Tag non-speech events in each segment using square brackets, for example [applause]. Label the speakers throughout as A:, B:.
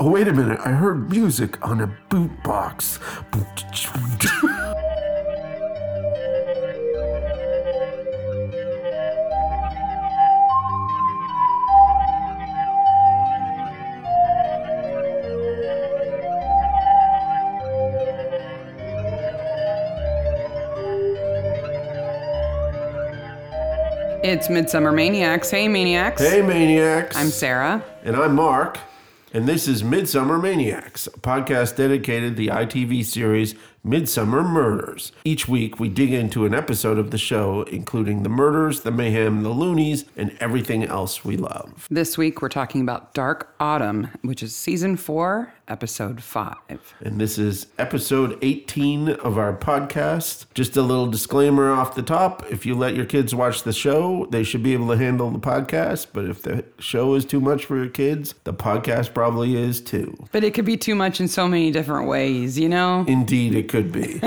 A: Oh, wait a minute. I heard music on a boot box.
B: It's Midsummer Maniacs. Hey, Maniacs.
A: hey, maniacs.
B: I'm Sarah.
A: And I'm Mark. And this is Midsummer Maniacs, a podcast dedicated to the ITV series Midsummer Murders. Each week, we dig into an episode of the show, including the murders, the mayhem, the loonies, and everything else we love.
B: This week we're talking about Dark Autumn, which is season four, episode five.
A: And this is episode 18 of our podcast. Just a little disclaimer off the top if you let your kids watch the show, they should be able to handle the podcast. But if the show is too much for your kids, the podcast probably is too.
B: But it could be too much in so many different ways, you know?
A: Indeed, it could be.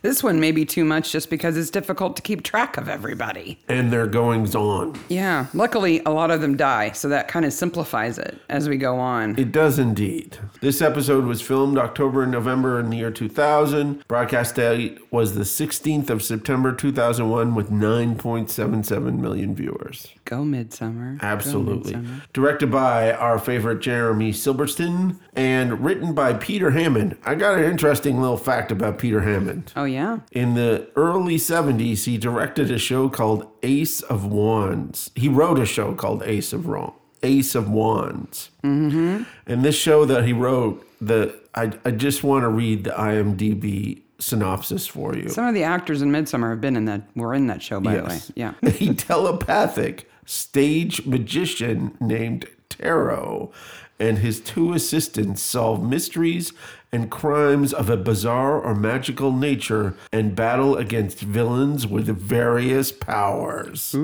B: This one may be too much just because it's difficult to keep track of everybody.
A: and their goings on.
B: Yeah. Luckily, a lot of them die, so that kind of simplifies it as we go on.
A: It does indeed. This episode was filmed October and November in the year 2000. Broadcast date was the 16th of September 2001 with 9.77 million viewers.
B: Go Midsummer. Go
A: Absolutely.
B: Midsummer.
A: Directed by our favorite Jeremy Silverstein and written by Peter Hammond. I got an interesting little fact about Peter Hammond.
B: Oh, yeah.
A: In the early 70s, he directed a show called Ace of Wands. He wrote a show called Ace of Wrong. Ace of Wands. Mm-hmm. And this show that he wrote, the I, I just want to read the IMDb synopsis for you.
B: Some of the actors in Midsummer have been in that, were in that show, by
A: Yes.
B: the way. Yeah.
A: [laughs] a telepathic stage magician named Taro and his two assistants solve mysteries and crimes of a bizarre or magical nature and battle against villains with various powers.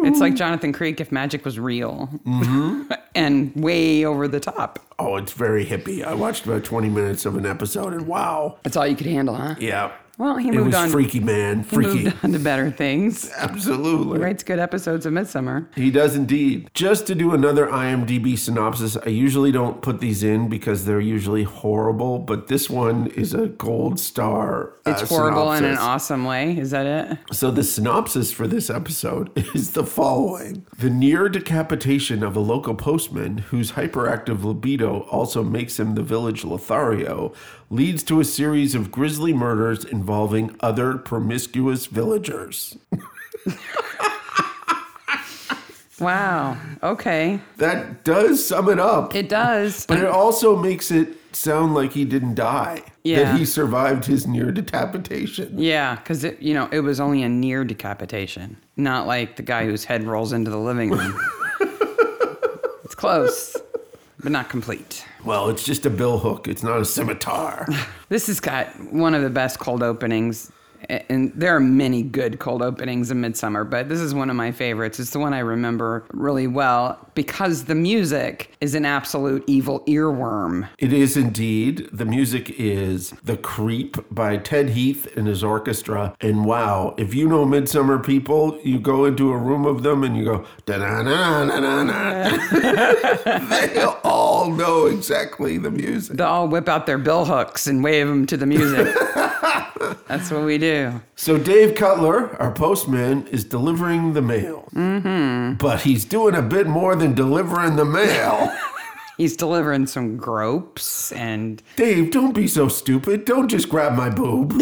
B: It's like Jonathan Creek if magic was real
A: Mm-hmm.
B: [laughs] and way over the top.
A: Oh, it's very hippie. I watched about 20 minutes of an episode and wow.
B: That's all you could handle, huh?
A: Yeah.
B: Well, he
A: It
B: moved
A: was
B: on.
A: freaky, man.
B: he
A: Freaky.
B: Moved on to better things.
A: Absolutely.
B: Writes good episodes of Midsummer.
A: He does indeed. Just to do another IMDb synopsis, I usually don't put these in because they're usually horrible, but this one is a gold star. uh,
B: It's horrible in an
A: synopsis.
B: awesome way. Is that it?
A: So, the synopsis for this episode [laughs] is the following The near decapitation of a local postman, whose hyperactive libido also makes him the village Lothario, leads to a series of grisly murders involving other promiscuous villagers.
B: Wow. Okay.
A: That does sum it up.
B: It does.
A: But it also makes it sound like he didn't die.
B: Yeah.
A: That he survived his near decapitation.
B: yeah, because it you know it was only a near decapitation, not like the guy whose head rolls into the
A: [laughs]
B: living room. it's close, but not complete.
A: Well, it's just a bill hook. It's not a scimitar.
B: This has got one of the best cold openings, a- and there are many good cold openings in Midsummer, but this is one of my favorites. It's the one I remember really well because the music is an absolute evil earworm.
A: it is indeed. The music is The Creep by Ted Heath and his orchestra. And wow, if you know Midsummer people, you go into a room of them and you go, da da da da da [laughs] They all know exactly the music.
B: They all whip out their bill hooks and wave them to the music. That's what we do.
A: So Dave Cutler, our postman, is delivering the mail. Mm-hmm. But he's doing a bit more than delivering the
B: [laughs]
A: mail.
B: He's delivering some gropes and
A: Dave, don't be so stupid. Don't just grab my
B: [laughs]
A: boob.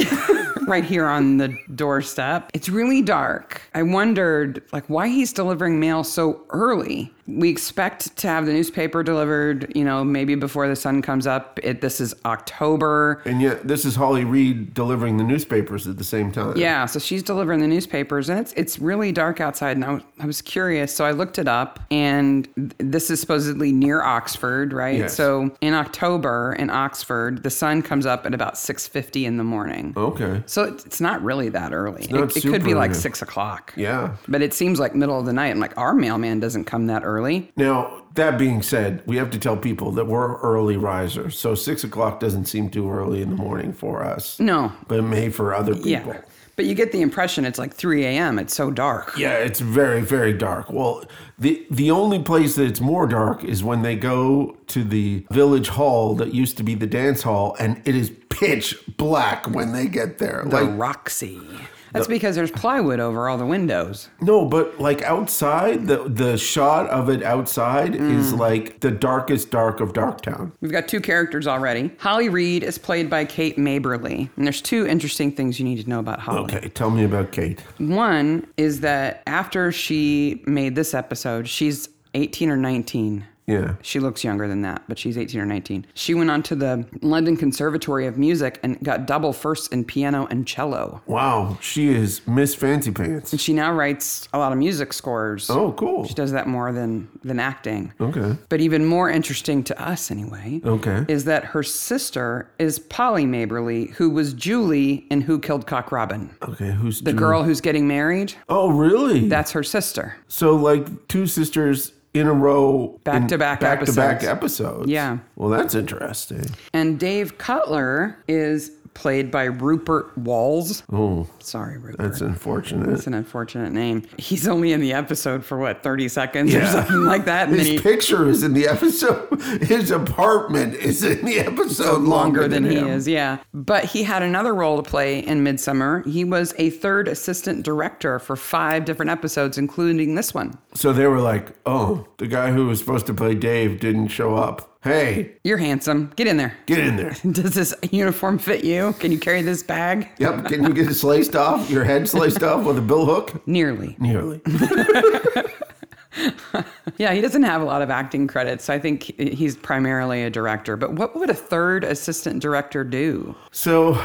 B: right here on the doorstep. It's really dark. I wondered like why he's delivering mail so early. We expect to have the newspaper delivered, you know, maybe before the sun comes up. It, this is October.
A: and yet, this is Holly Reed delivering the newspapers at the same time.
B: Yeah, so she's delivering the newspapers, and it's it's really dark outside, and I was, I was curious, so I looked it up, and th- this is supposedly near Oxford, right?
A: Yes.
B: So in October in Oxford, the sun comes up at about six fifty in the morning.
A: Okay.
B: So it- it's not really that early.
A: not
B: It, it could be
A: super
B: like
A: early.
B: six o'clock.
A: Yeah.
B: But it seems like middle of the night. I'm like, our mailman doesn't come that early.
A: Now, that being said, we have to tell people that we're early risers. So six o'clock doesn't seem too early in the morning for us,
B: No.
A: but it may for other people.
B: Yeah. But you get the impression it's like 3 a.m. It's so dark.
A: Yeah, it's very, very dark. Well, the the only place that it's more dark is when they go to the village hall that used to be the dance hall, and it is pitch black when they get there.
B: The
A: like
B: Roxy. That's because there's plywood over all the windows.
A: no, but like outside, the the shot of it outside
B: Mm.
A: is like the darkest dark of Darktown.
B: We've got two characters already. Holly Reed is played by Kate Maberly. And there's two interesting things you need to know about Holly.
A: Okay, tell me about Kate.
B: One is that after she made this episode, she's 18 or 19.
A: Yeah.
B: She looks younger than that, but she's 18 or 19. She went on to the London Conservatory of Music and got double firsts in piano and cello.
A: Wow, she is Miss Fancy Pants.
B: She now writes a lot of music scores.
A: Oh, cool.
B: She does that more than than acting.
A: Okay.
B: But even more interesting to us anyway,
A: Okay.
B: is that her sister is Polly Maberly, who was Julie in Who Killed Cock Robin.
A: Okay, who's
B: The girl who's getting married,
A: Oh, really?
B: that's her sister.
A: So like two sisters in a row,
B: Back
A: in
B: to back
A: back to back
B: episodes.
A: episodes.
B: Yeah.
A: Well, that's interesting.
B: And Dave Cutler is played by Rupert Walls.
A: Oh,
B: Sorry, Rupert.
A: that's unfortunate.
B: It's an unfortunate name. He's only in the episode for what, 30 seconds or
A: Yeah.
B: something [laughs] like that? And then
A: His
B: he,
A: picture is in the episode. [laughs] His apartment is in the episode longer,
B: longer than he
A: him.
B: is, yeah. But he had another role to play in Midsummer. He was a third assistant director for five different episodes, including this one.
A: So they were like, "Oh, the guy who was supposed to play Dave didn't show up. Hey,
B: You're handsome. Get in there. [laughs]
A: get in there.
B: Does this uniform fit you? Can you carry this bag?
A: Yep, can you get it sliced off? Your head sliced off with a bill hook?
B: Nearly.
A: Nearly.
B: Yeah, he doesn't have a lot of acting credits. I think he- he's primarily a director. But what would a third assistant director do?
A: So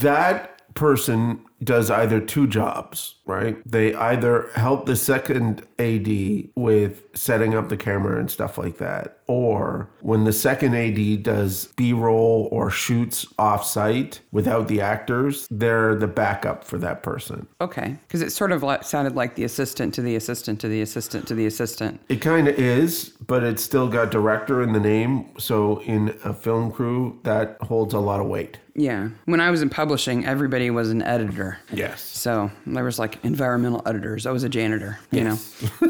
A: that person does either two jobs, right? They either help the second AD with setting up the camera and stuff like that, or when the second AD does B roll or shoots off site without the actors, they're the backup for that person.
B: Okay, because it sort of like, sounded like the assistant to the assistant to the assistant to the assistant.
A: It kind of is, but it's still got director in the name. So in a film crew, that holds a lot of weight.
B: Yeah. When I was in publishing, everybody was an editor.
A: Yes.
B: So there was like environmental editors. I was a janitor, you
A: [laughs]
B: know.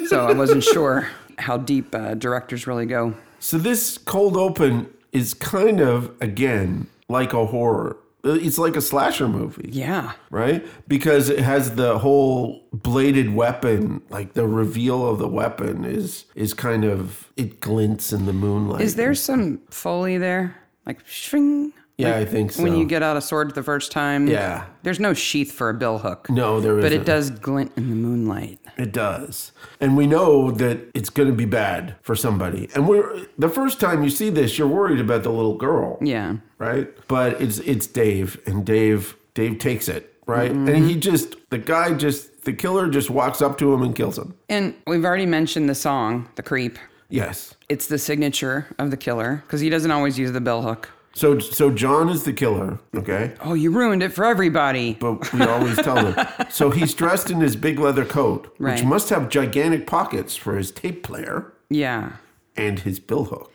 B: so I wasn't sure how deep uh, directors really go.
A: So this cold open is kind of again like a horror. It's like a slasher movie,
B: Yeah.
A: right? Because it has the whole bladed weapon, like the reveal of the weapon is is kind of it glints in the moonlight.
B: Is there some foley there? Like shring?
A: Yeah, I think so.
B: When you get out a sword the first time?
A: Yeah.
B: There's no sheath for a bill hook.
A: no, there
B: But it
A: isn't.
B: does glint in the moonlight.
A: It does. And we know that it's going to be bad for somebody. And we're the first time you see this, you're worried about the little girl.
B: Yeah.
A: right? But it's it's Dave, and Dave Dave takes it, right? And
B: Mm-hmm.
A: he just the guy just the killer just walks up to him and kills him.
B: And we've already mentioned the song, The Creep.
A: Yes.
B: It's the signature of the killer because he doesn't always use the bill hook.
A: So so John is the killer, okay?
B: Oh, you ruined it for everybody.
A: But we always tell
B: [laughs]
A: them. So he's dressed in his big leather coat, which
B: Right.
A: must have gigantic pockets for his tape player
B: Yeah.
A: and his billhook.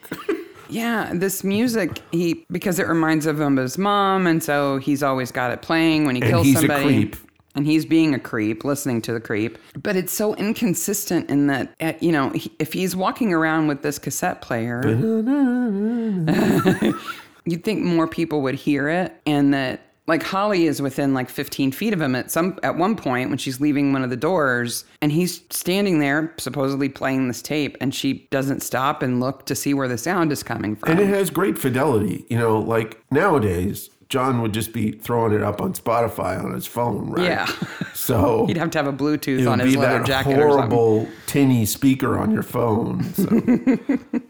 B: Yeah, this music he because it reminds him of his mom, and so he's always got it playing when he kills
A: he's a
B: somebody.
A: creep.
B: And he's being a creep, listening to the creep. But it's so inconsistent in that, uh, you know, he, if he's walking around with this cassette player, you'd think more people would hear it, and that like Holly is within like 15 feet of him at some at one point when she's leaving one of the doors, and he's standing there supposedly playing this tape, and she doesn't stop and look to see where the sound is coming from.
A: And it has great fidelity, you know, like nowadays John would just be throwing it up on Spotify on his phone, right?
B: Yeah. [laughs]
A: So
B: He'd have to have a Bluetooth
A: It
B: on
A: would
B: his
A: be
B: leather
A: that
B: jacket or something.
A: horrible tinny speaker on your phone. So, [laughs]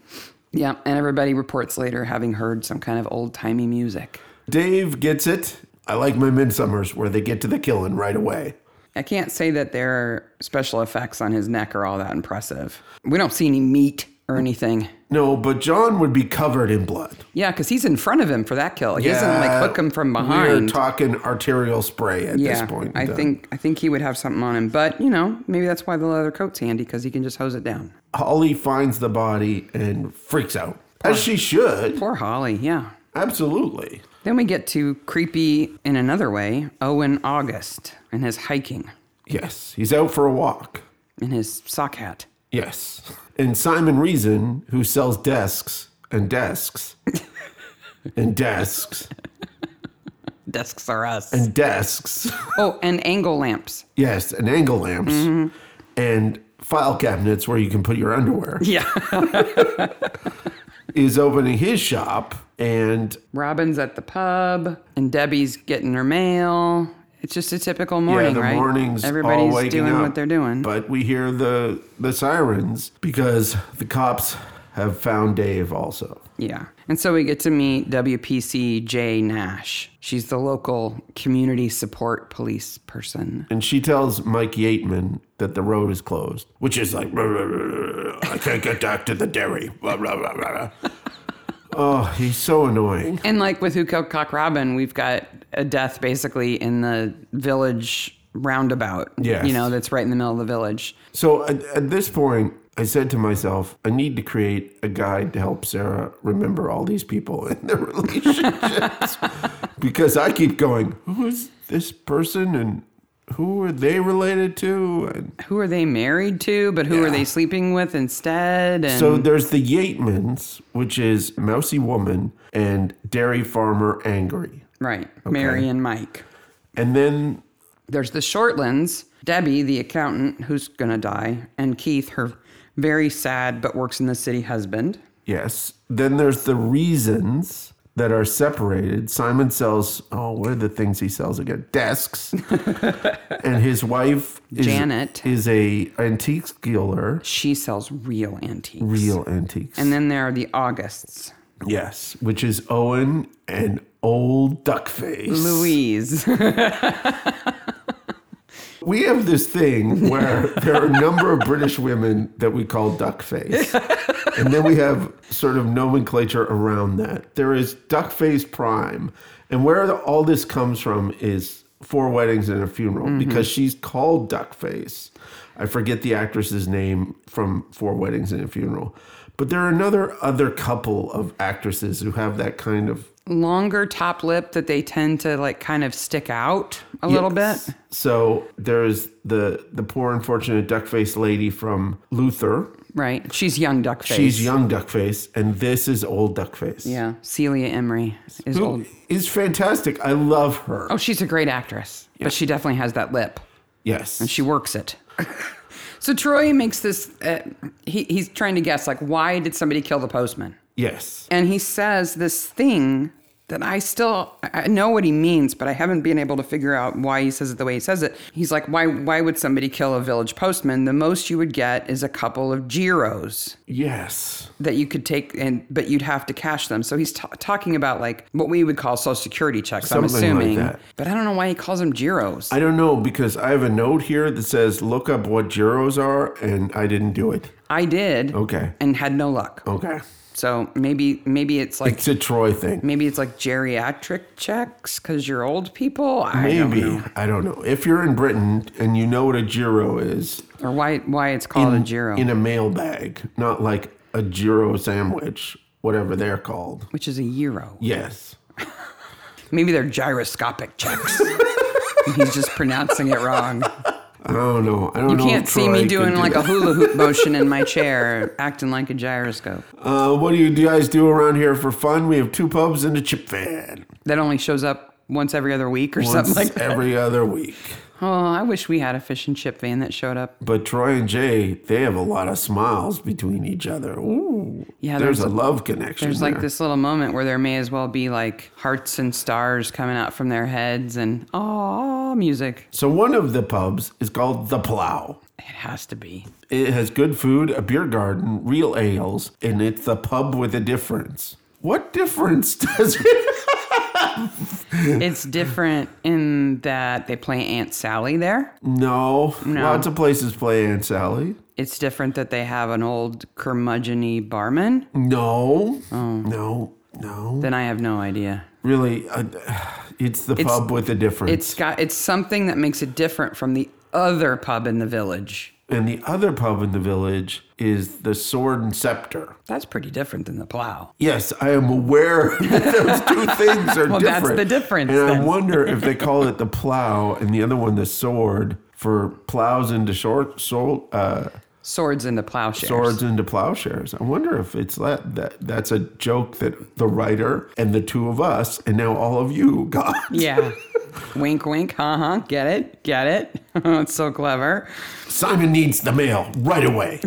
B: Yeah, and everybody reports later having heard some kind of old timey music.
A: Dave gets it. I like my midsummers where they get to the killing right away.
B: I can't say that their special effects on his neck are all that impressive. We don't see any meat or anything.
A: No, but John would be covered in blood.
B: Yeah, because he's in front of him for that kill. He doesn't like hook him from
A: We're
B: behind.
A: talking arterial spray at
B: yeah,
A: this point.
B: I think I think he would have something on him, but you know maybe that's why the leather coat's handy because he can just hose it down.
A: Holly finds the body and freaks out, as she should.
B: Poor Holly. Yeah,
A: Absolutely.
B: Then we get to creepy in another way Owen August and his hiking
A: Yes. He's out for a walk.
B: and his sock hat.
A: Yes. And Simon Reason, who sells desks and
B: [laughs]
A: desks and desks
B: Desks are us.
A: and desks. [laughs]
B: oh, and angle lamps.
A: Yes, and angle lamps and file cabinets where you can put your underwear
B: Yeah.
A: is opening his shop and
B: [laughs] Robin's at the pub and Debbie's getting her mail. It's just a typical morning,
A: yeah, the
B: right?
A: mornings
B: Everybody's
A: all waking
B: doing
A: up,
B: what they're doing.
A: But we hear the the sirens because the cops have found Dave also.
B: yeah. And so we get to meet WPC Jay Nash. She's the local community support police person.
A: And she tells Mike Yateman that the road is closed, which is like, [laughs] "Rah, rah, rah, rah, I can't get back to the dairy. [laughs] Rah, rah, rah, rah, rah." oh, he's so annoying.
B: And like with Who Killed Cock Robin, we've got a death basically in the village roundabout.
A: Yes.
B: You know, that's right in the middle of the village.
A: So at, at this point, I said to myself, I need to create a guide to help Sarah remember all these people and their [laughs] relationships because I keep going, who is this person and who are they related to? And
B: Who are they married to? But who are
A: Yeah.
B: they sleeping with instead? And
A: So there's the Yatemans, which is Mousy Woman and Dairy Farmer Angry.
B: right, Mary and Mike.
A: And then,
B: There's the Shortlands, Debbie, the accountant, who's gonna die, and Keith, her very sad but works in the city husband.
A: yes, then there's the reasons that are separated. Simon sells, oh, what are the things he sells again?
B: [laughs]
A: Desks. and his wife, is,
B: Janet.
A: is a antiques dealer,
B: She sells real antiques.
A: real antiques.
B: And then there are the Augusts,
A: yes, which is Owen and Old Duckface.
B: Louise. [laughs]
A: We have this thing where there are a number of British women that we call duckface. And then we have sort of nomenclature around that. There is duckface prime. And where the- all this comes from is Four Weddings and a Funeral because she's called duckface. I forget the actress's name from Four Weddings and a Funeral. But there are another other couple of actresses who have that kind of
B: Longer top lip that they tend to like kind of stick out a little bit.
A: Yes. So there's the the poor unfortunate duckface lady from Luther.
B: Right. She's young duckface.
A: She's young duckface, and this is old duckface.
B: Yeah. Celia Emery is
A: Who
B: old.
A: is fantastic. I love her.
B: Oh, she's a great actress, but she definitely has that lip.
A: Yes.
B: She works it. [laughs] so Troy makes this. Uh, he, he's trying to guess like, why did somebody kill the postman?
A: yes.
B: And he says this thing that I still I I know what he means, but I haven't been able to figure out why he says it the way he says it. He's like, why why would somebody kill a village postman? The most you would get is a couple of giros
A: Yes.
B: that you could take and but you'd have to cash them so he's t- talking about like what we would call social security checks i'm
A: Something like
B: assuming
A: that.
B: but i don't know why he calls them giros
A: I don't know because I have a note here that says look up what gyros are, and I didn't do it.
B: i did
A: Okay.
B: and had no luck
A: Okay.
B: so maybe maybe it's like
A: It's a Troy thing.
B: maybe it's like geriatric checks because you're old people i don't
A: Maybe.
B: know
A: I don't know. If you're in Britain and you know what a gyro is,
B: or why why it's called a giro
A: in a mailbag, not like a gyro sandwich, whatever they're called.
B: which is a euro
A: Yes.
B: maybe they're gyroscopic checks [laughs] And he's just pronouncing it
A: [laughs]
B: wrong
A: I don't know. I don't
B: you
A: know.
B: can't
A: if
B: see
A: Troy
B: me
A: could
B: doing
A: do
B: like a
A: that. [laughs]
B: hula hoop motion in my chair acting like a gyroscope
A: Uh, what do you guys do around here for fun? We have two pubs and a chip van
B: that only shows up once every other week or
A: once
B: something like that.
A: every other week.
B: Oh, I wish we had a fish and chip van that showed up.
A: But Troy and Jay, they have a lot of smiles between each other. Ooh,
B: Yeah,
A: there's,
B: there's
A: a love connection.
B: There's like
A: there.
B: this little moment where there may as well be like hearts and stars coming out from their heads and oh music.
A: So one of the pubs is called the Plow.
B: It has to be.
A: It has good food, a beer garden, real ales, and it's the pub with a difference. What difference [laughs] does it?
B: It's different in that they play Aunt Sally there.
A: No, lots of places play Aunt Sally.
B: It's different that they have an old curmudgeony barman.
A: No,
B: Oh.
A: no, no.
B: Then I have no idea.
A: Really, uh, it's the pub with a difference.
B: It's got it's something that makes it different from the other pub in the village.
A: And the other pub in the village is the Sword and Scepter.
B: That's pretty different than the plow.
A: Yes, I am aware [laughs] that those
B: [laughs]
A: two things are
B: Well,
A: different.
B: that's the difference,
A: And I
B: then.
A: wonder if
B: [laughs]
A: they call it the plow and the other one the sword for plows into short, sword, uh,
B: Swords into plowshares.
A: swords into plowshares. I wonder if it's that, that that's a joke that the writer and the two of us and now all of you got.
B: Yeah. [laughs] wink, wink. Huh, huh. Get it. Get it. [laughs] it's so clever. [laughs]
A: Simon needs the mail right away.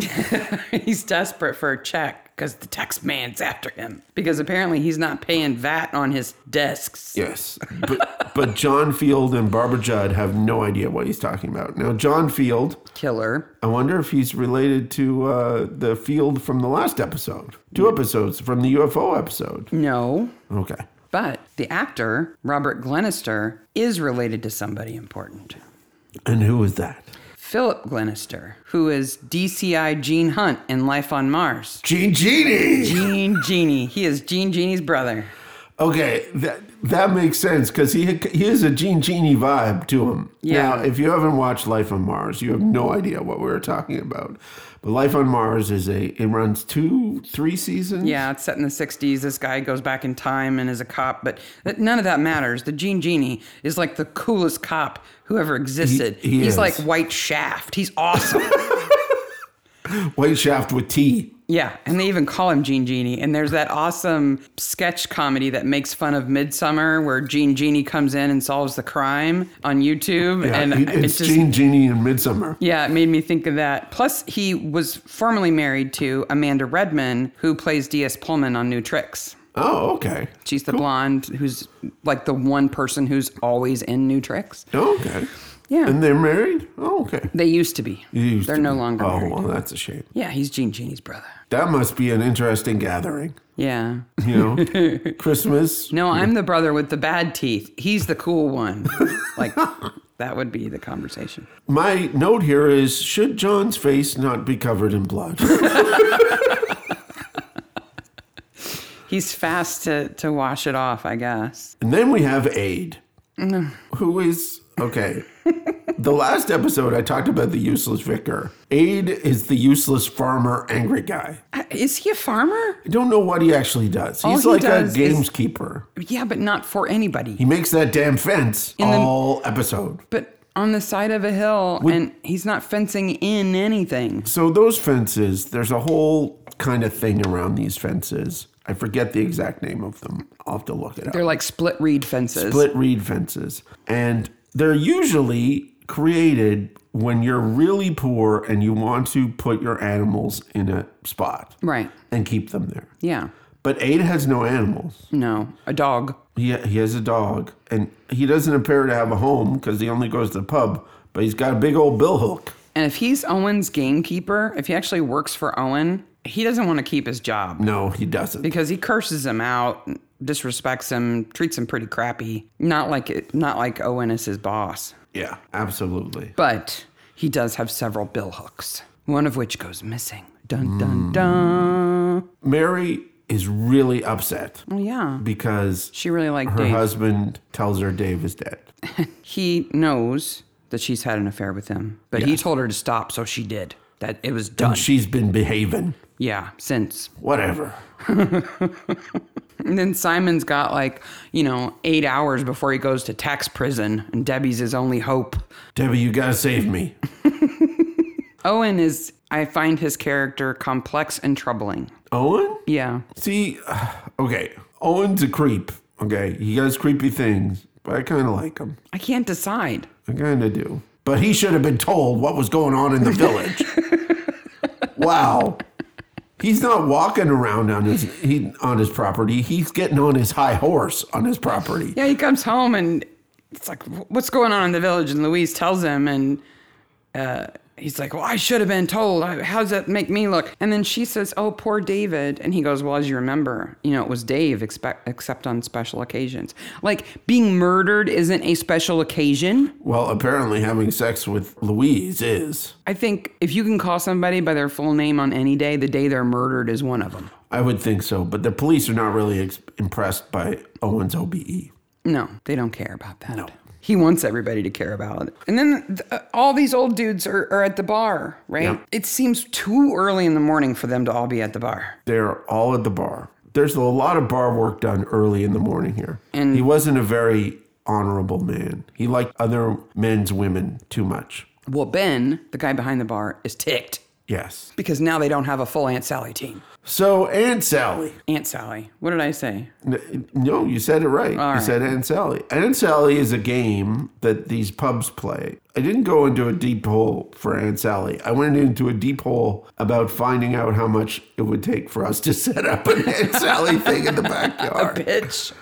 B: He's desperate for a check because the tax man's after him because apparently he's not paying VAT on his desks.
A: Yes. But, but John Field and Barbara Judd have no idea what he's talking about. Now, John Field,
B: Killer.
A: I wonder if he's related to uh, the Field from the last episode, two episodes from the UFO episode.
B: No.
A: Okay.
B: But the actor, Robert Glenister, is related to somebody important.
A: And who is that?
B: Philip Glenister, who is DCI Gene Hunt in Life on Mars.
A: Gene Genie.
B: Gene [laughs] Genie. He is Gene Genie's brother.
A: Okay, that that makes sense because he he has a Gene Genie vibe to him.
B: Yeah.
A: Now, if you haven't watched Life on Mars, you have no idea what we were talking about. But Life on Mars is a it runs two three seasons.
B: Yeah, it's set in the 60s. This guy goes back in time and is a cop, but th- none of that matters. The Gene Genie is like the coolest cop who ever existed.
A: he
B: He's
A: is.
B: like White Shaft. He's awesome. [laughs]
A: White Shaft with T.
B: yeah, and they even call him Gene Genie. And there's that awesome sketch comedy that makes fun of Midsummer where Gene Genie comes in and solves the crime on YouTube.
A: Yeah,
B: and
A: it- it's Gene Genie in Midsummer.
B: Yeah, it made me think of that. Plus, he was formerly married to Amanda Redman, who plays D.S. Pullman on New Tricks.
A: Oh, okay.
B: She's the blonde who's like the one person who's always in New Tricks.
A: Okay.
B: Yeah.
A: And they're married? Oh, okay.
B: They used to be.
A: They used
B: They're
A: to
B: no
A: be.
B: longer
A: Oh,
B: married.
A: well, that's a shame.
B: Yeah, he's Gene Genie's brother.
A: That must be an interesting gathering,
B: Yeah.
A: you know?
B: [laughs]
A: Christmas.
B: No, I'm the brother with the bad teeth. He's the
A: [laughs]
B: cool one. like that would be the conversation.
A: My note here is should John's face not be covered in blood? [laughs]
B: He's fast to to wash it off, I guess.
A: and then we have Aid, who is, okay. the last episode, I talked about the useless vicar. Aid is the useless farmer, angry guy.
B: Uh, Is he a farmer?
A: I don't know what he actually does.
B: All
A: He's
B: he
A: like
B: does
A: a
B: is-
A: gameskeeper.
B: Yeah, but not for anybody.
A: He makes that damn fence
B: the-
A: all episode.
B: but on the side of a hill and he's not fencing in anything.
A: So those fences, there's a whole kind of thing around these fences. I forget the exact name of them. I'll have to look it up.
B: They're like split reed fences.
A: Split reed fences. And they're usually created when you're really poor and you want to put your animals in a spot
B: Right.
A: and keep them there.
B: Yeah.
A: But Aid has no animals.
B: No. A dog.
A: He, he has a dog and he doesn't appear to have a home because he only goes to the pub, but he's got a big old billhook.
B: And if he's Owen's gamekeeper, if he actually works for Owen, he doesn't want to keep his job
A: No, he doesn't.
B: because he curses him out, disrespects him, treats him pretty crappy. Not like it, not like Owen is his boss,
A: Yeah, absolutely.
B: but he does have several bill hooks, one of which goes missing. Dun
A: Hmm.
B: dun dun.
A: Mary is really upset
B: Well, yeah.
A: because
B: She really liked
A: her
B: Dave.
A: husband tells her Dave is dead.
B: he knows that she's had an affair with him, but he told her to stop, so she did. That it was done.
A: She's been behaving.
B: yeah, since.
A: Whatever.
B: And then Simon's got like, you know, eight hours before he goes to tax prison, and Debbie's his only hope.
A: Debbie, you gotta save me.
B: Owen is, I find his character complex and troubling.
A: Owen?
B: Yeah.
A: See, uh, okay. Owen's a creep. Okay. He does creepy things, but I kind of like him.
B: I can't decide.
A: I kind of do. But he should have been told what was going on in the village. wow. He's not walking around on his he, on his property. He's getting on his high horse on his property.
B: Yeah, he comes home and it's like, "Wh- what's going on in the village? And Louise tells him, and uh, he's like, well, I should have been told. I- How does that make me look? And then she says, oh, poor David. And he goes, well, as you remember, you know, it was Dave, expect, except on special occasions. Like being murdered isn't a special occasion.
A: Well, apparently having sex with Louise is.
B: I think if you can call somebody by their full name on any day, the day they're murdered is one of them.
A: I would think so, but the police are not really ex- impressed by Owen's E. OBE.
B: No, they don't care about that. No. he wants everybody to care about it. And then th- uh, all these old dudes are, are at the bar, right?
A: Yeah.
B: It seems too early in the morning for them to all be at the bar.
A: They're all at the bar. There's a lot of bar work done early in the morning here.
B: And-
A: he wasn't a very honorable man. He liked other men's women too much.
B: Well, Ben, the guy behind the bar, is ticked
A: Yes.
B: because now they don't have a full Aunt Sally team.
A: So Aunt Sally.
B: Aunt Sally. What did
A: [laughs]
B: I say?
A: N- No, you said it right. you
B: right.
A: said Aunt Sally. Aunt Sally is a game that these pubs play. I didn't go into a deep hole for Aunt Sally. I went into a deep hole about finding out how much it would take for us to set up an Aunt Sally thing in the
B: [laughs]
A: backyard
B: Bitch.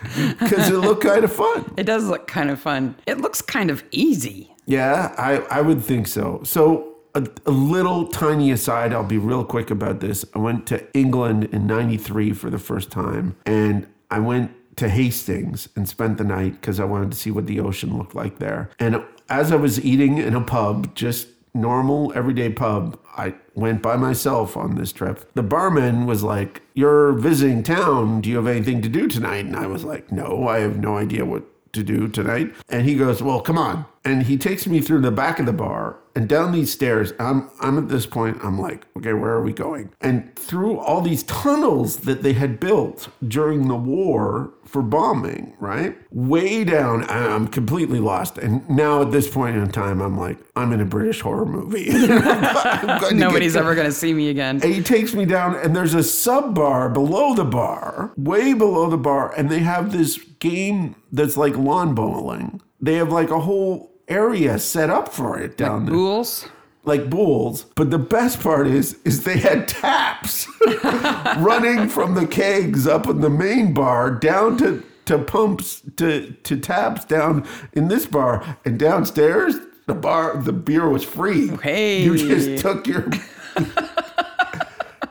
A: because it looked kind of fun.
B: It does look kind of fun. It looks kind of easy.
A: Yeah, I, I would think so. So, a, a little tiny aside, I'll be real quick about this. I went to England in 93 for the first time, and I went to Hastings and spent the night because I wanted to see what the ocean looked like there. And as I was eating in a pub, just normal everyday pub, I went by myself on this trip. The barman was like, You're visiting town. Do you have anything to do tonight? And I was like, No, I have no idea what to do tonight. And he goes, Well, come on. And he takes me through the back of the bar and down these stairs. I'm I'm at this point, I'm like, okay, where are we going? And through all these tunnels that they had built during the war for bombing, right? Way down. I- I'm completely lost. And now at this point in time, I'm like, I'm in a British horror movie. [laughs] I'm going to
B: Nobody's
A: get-
B: ever going to see me again.
A: and he takes me down, and there's a sub bar below the bar, way below the bar, and they have this game that's like lawn bowling. They have like a whole area set up for it down there,
B: Rules?
A: like bulls. But the best part is, is they had taps [laughs] running from the kegs up in the main bar down to to pumps to to taps down in this bar and downstairs. The bar, the beer was free.
B: Hey.
A: You just took your [laughs]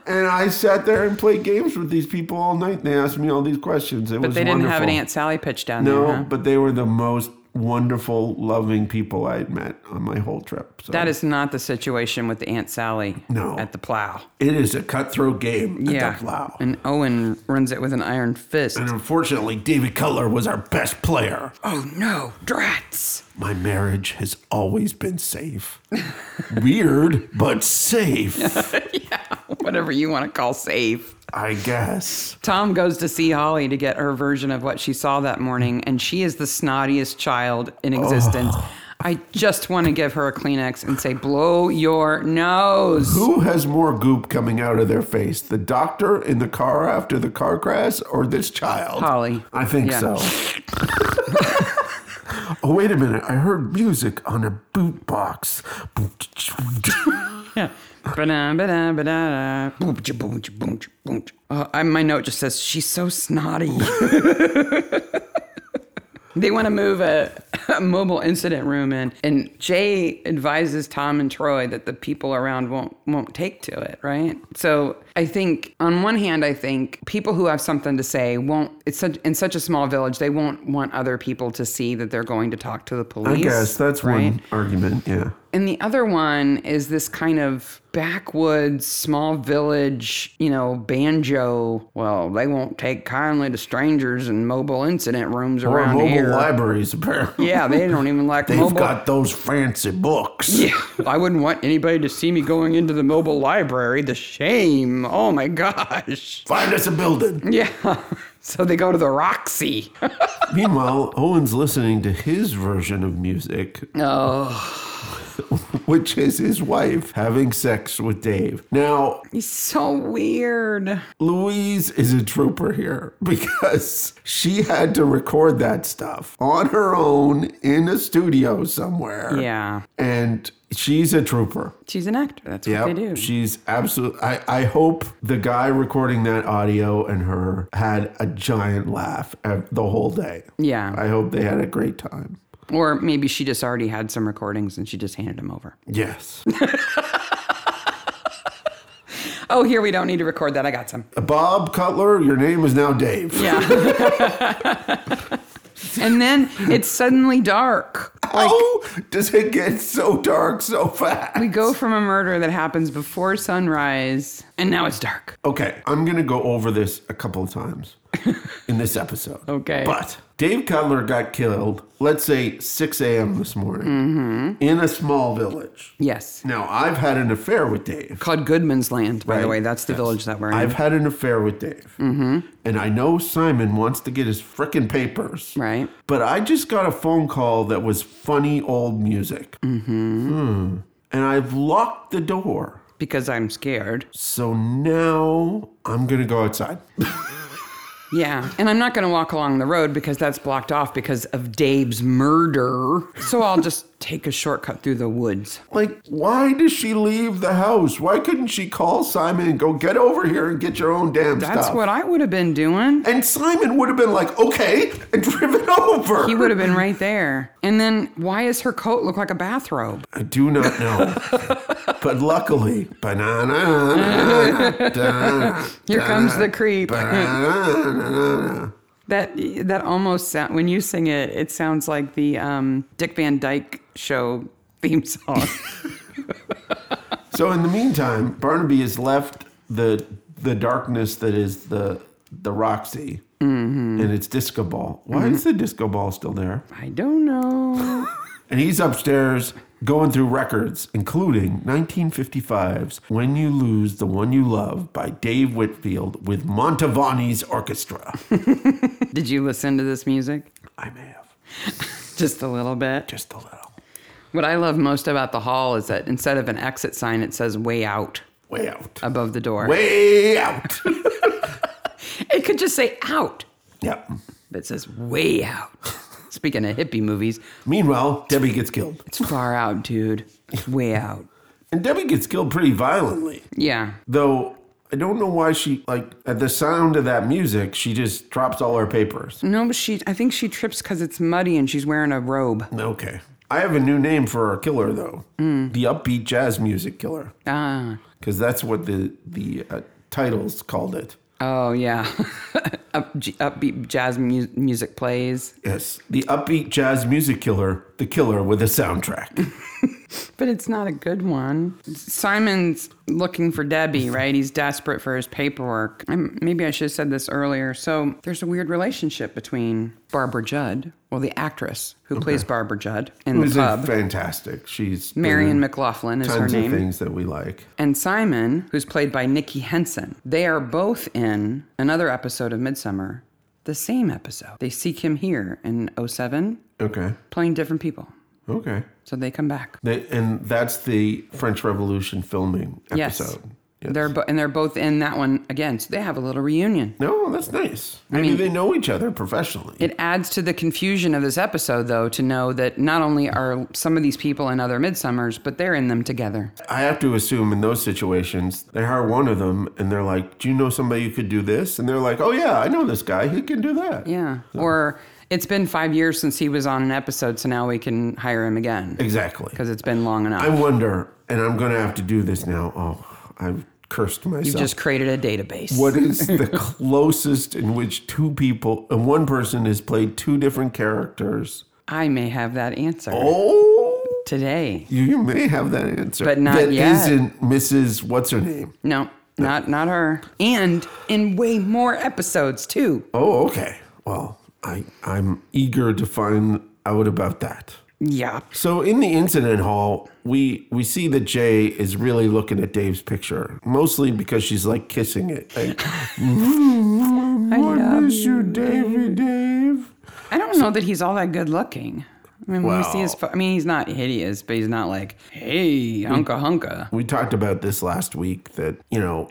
A: and I sat there and played games with these people all night. And they asked me all these questions. It
B: But
A: was
B: they didn't have an
A: wonderful.
B: Aunt Sally pitch down
A: No,
B: there. Huh?
A: but they were the most wonderful, loving people I had met on my whole trip. So
B: That is not the situation with the Aunt Sally
A: No.
B: at the plow.
A: it is a cutthroat game at
B: yeah.
A: the plow.
B: And Owen runs it with an iron fist.
A: And unfortunately, David Cutler was our best player.
B: Oh no, [laughs] drats.
A: My marriage has always been
B: [laughs]
A: safe. Weird, but safe,
B: Whatever you want to call safe.
A: I guess.
B: Tom goes to see Holly to get her version of what she saw that morning, and she is the snottiest child in existence. I just want to give her a Kleenex and say, blow your nose.
A: Who has more goop coming out of their face? The doctor in the car after the car crash or this child?
B: Holly.
A: I think
B: Yeah. [laughs]
A: so. oh, wait a minute. I heard music on a boot box.
B: Yeah. Ba-da, ba-da, ba-da, da. Boom-cha, boom-cha, boom-cha, boom-cha. Uh, I, my note just says, she's so snotty. [laughs] they want to move a, a mobile incident room in, and Jay advises Tom and Troy that the people around won't won't take to it, right? So I think on one hand, I think people who have something to say won't. It's such, in such a small village, they won't want other people to see that they're going to talk to the
A: I
B: police.
A: guess that's
B: right?
A: one argument. Yeah.
B: And the other one is this kind of backwoods, small village, you know, banjo. Well, they won't take kindly to strangers in mobile incident rooms
A: Or
B: around
A: mobile
B: here.
A: libraries, apparently.
B: yeah, they don't even
A: [laughs]
B: like
A: They've
B: mobile.
A: got those fancy books.
B: [laughs] yeah, I wouldn't want anybody to see me going into the mobile library. The shame. Oh my gosh. [laughs]
A: Find us a building.
B: Yeah. [laughs] So they go to the Roxy. [laughs]
A: Meanwhile, Owen's listening to his version of music,
B: oh,
A: which is his wife having sex with Dave. Now,
B: he's so weird.
A: Louise is a trooper here [laughs] because she had to record that stuff on her own in a studio somewhere.
B: Yeah.
A: And she's a trooper.
B: She's an actor. That's
A: Yeah.
B: what they do.
A: She's absolutely. I, I hope the guy recording that audio and her had a giant laugh ev- the whole day.
B: yeah.
A: I hope they had a great time.
B: Or maybe she just already had some recordings and she just handed them over. [laughs]
A: Yes.
B: Oh, here we don't need to record that. I got some.
A: Bob Cutler, your name is now Dave.
B: Yeah. [laughs] and then it's suddenly dark.
A: [laughs] How does it get so dark so fast?
B: We go from a murder that happens before sunrise and now it's dark. [laughs]
A: Okay, I'm gonna go over this a couple of times. in this episode.
B: Okay.
A: But Dave Cutler got killed, let's say 6 a.m. this morning
B: Mm-hmm.
A: in a small village.
B: Yes.
A: Now, I've had an affair with Dave.
B: Called Goodman's Land, by the
A: Right.
B: way. That's the village that we're in.
A: I've had an affair with Dave.
B: Mm-hmm.
A: And I know Simon wants to get his frickin' papers.
B: right.
A: But I just got a phone call that was funny old music. Mm-hmm. And I've locked the door.
B: Because I'm scared.
A: So now I'm going to go outside. [laughs]
B: Yeah. And I'm not going to walk along the road because that's blocked off because of Dave's murder. So I'll just take a shortcut through the woods.
A: like, why does she leave the house? Why couldn't she call Simon and go get over here and get your own damn
B: That's
A: stuff?
B: what I would have been doing.
A: and Simon would have been like, okay, and [laughs] driven over.
B: He would have been right there. And then why does her coat look like a bathrobe?
A: I do not know. but luckily, banana. banana,
B: Here comes the creep.
A: banana.
B: That that almost sound when you sing it, it sounds like the um, Dick Van Dyke show theme song.
A: So in the meantime, Barnaby has left the the darkness that is the the Roxy and its disco ball. Why is the disco ball still there?
B: I don't know.
A: And he's upstairs going through records, including 1955's When You Lose the One You Love by Dave Whitfield with Montavani's Orchestra.
B: Did you listen to this music?
A: I may have,
B: Just a little bit.
A: just a little.
B: What I love most about the hall is that instead of an exit sign, it says way out
A: Way out.
B: above the door.
A: Way out.
B: It could just say out,
A: yep.
B: but it says way out. Speaking of hippie movies,
A: Meanwhile, Debbie gets killed.
B: it's far out, dude. It's way out.
A: And Debbie gets killed pretty violently.
B: Yeah.
A: Though, I don't know why she, like, at the sound of that music, she just drops all her papers.
B: No, but she. I think she trips because it's muddy and she's wearing a robe.
A: Okay. I have a new name for our killer, though
B: Hmm.
A: the upbeat jazz music killer.
B: Ah.
A: because that's what the the uh, titles called it.
B: Oh yeah. [laughs] Up, j- upbeat jazz mu- music plays,
A: Yes, the upbeat jazz music killer, the killer with a soundtrack.
B: but it's not a good one. Simon's looking for Debbie, right? He's desperate for his paperwork. i maybe I should have said this earlier. So there's a weird relationship between Barbara Judd, well, the actress who plays Barbara Judd in
A: Who's
B: the pub.
A: fantastic? She's been
B: Marion
A: in
B: McLaughlin is her
A: Tons of
B: name.
A: things that we like.
B: and Simon, who's played by Nikki Henson. They are both in another episode of Midsummer, the same episode. They seek him here in 07,
A: Okay,
B: playing different people.
A: okay.
B: So they come back.
A: They, and that's the French Revolution filming
B: Yes.
A: episode. Yes.
B: They're bo- and they're both in that one again. So they have a little reunion.
A: no, that's nice. Maybe
B: mean-
A: they know each other professionally.
B: It adds to the confusion of this episode, though, to know that not only are some of these people in other midsummers, but they're in them together.
A: I have to assume in those situations, they hire one of them and they're like, Do you know somebody who could do this? And they're like, Oh, yeah, I know this guy. He can do that.
B: Yeah. Or it's been five years since he was on an episode, so now we can hire him again
A: Exactly.
B: because it's been long enough.
A: I wonder, and I'm going to have to do this now. Oh, I've cursed myself.
B: You've just [laughs] created a database.
A: what is the closest in which two people and one person has played two different characters?
B: I may have that answer
A: Oh,
B: today.
A: you, you may have that answer,
B: But not
A: That
B: yet.
A: isn't Mrs. What's her name?
B: No, not not her. And in way more episodes too.
A: Oh, okay. Well, I I'm eager to find out about that.
B: Yeah.
A: So in the incident hall, we we see that Jay is really looking at Dave's picture, mostly because she's like kissing it. Like, [laughs]
B: I love
A: miss you, Davey Dave.
B: I don't know that he's all that good looking. I mean, when we see his,
A: Well-
B: pho- I mean, he's not hideous, but he's not like, hey, hunka hunka.
A: We talked about this last week that, you know,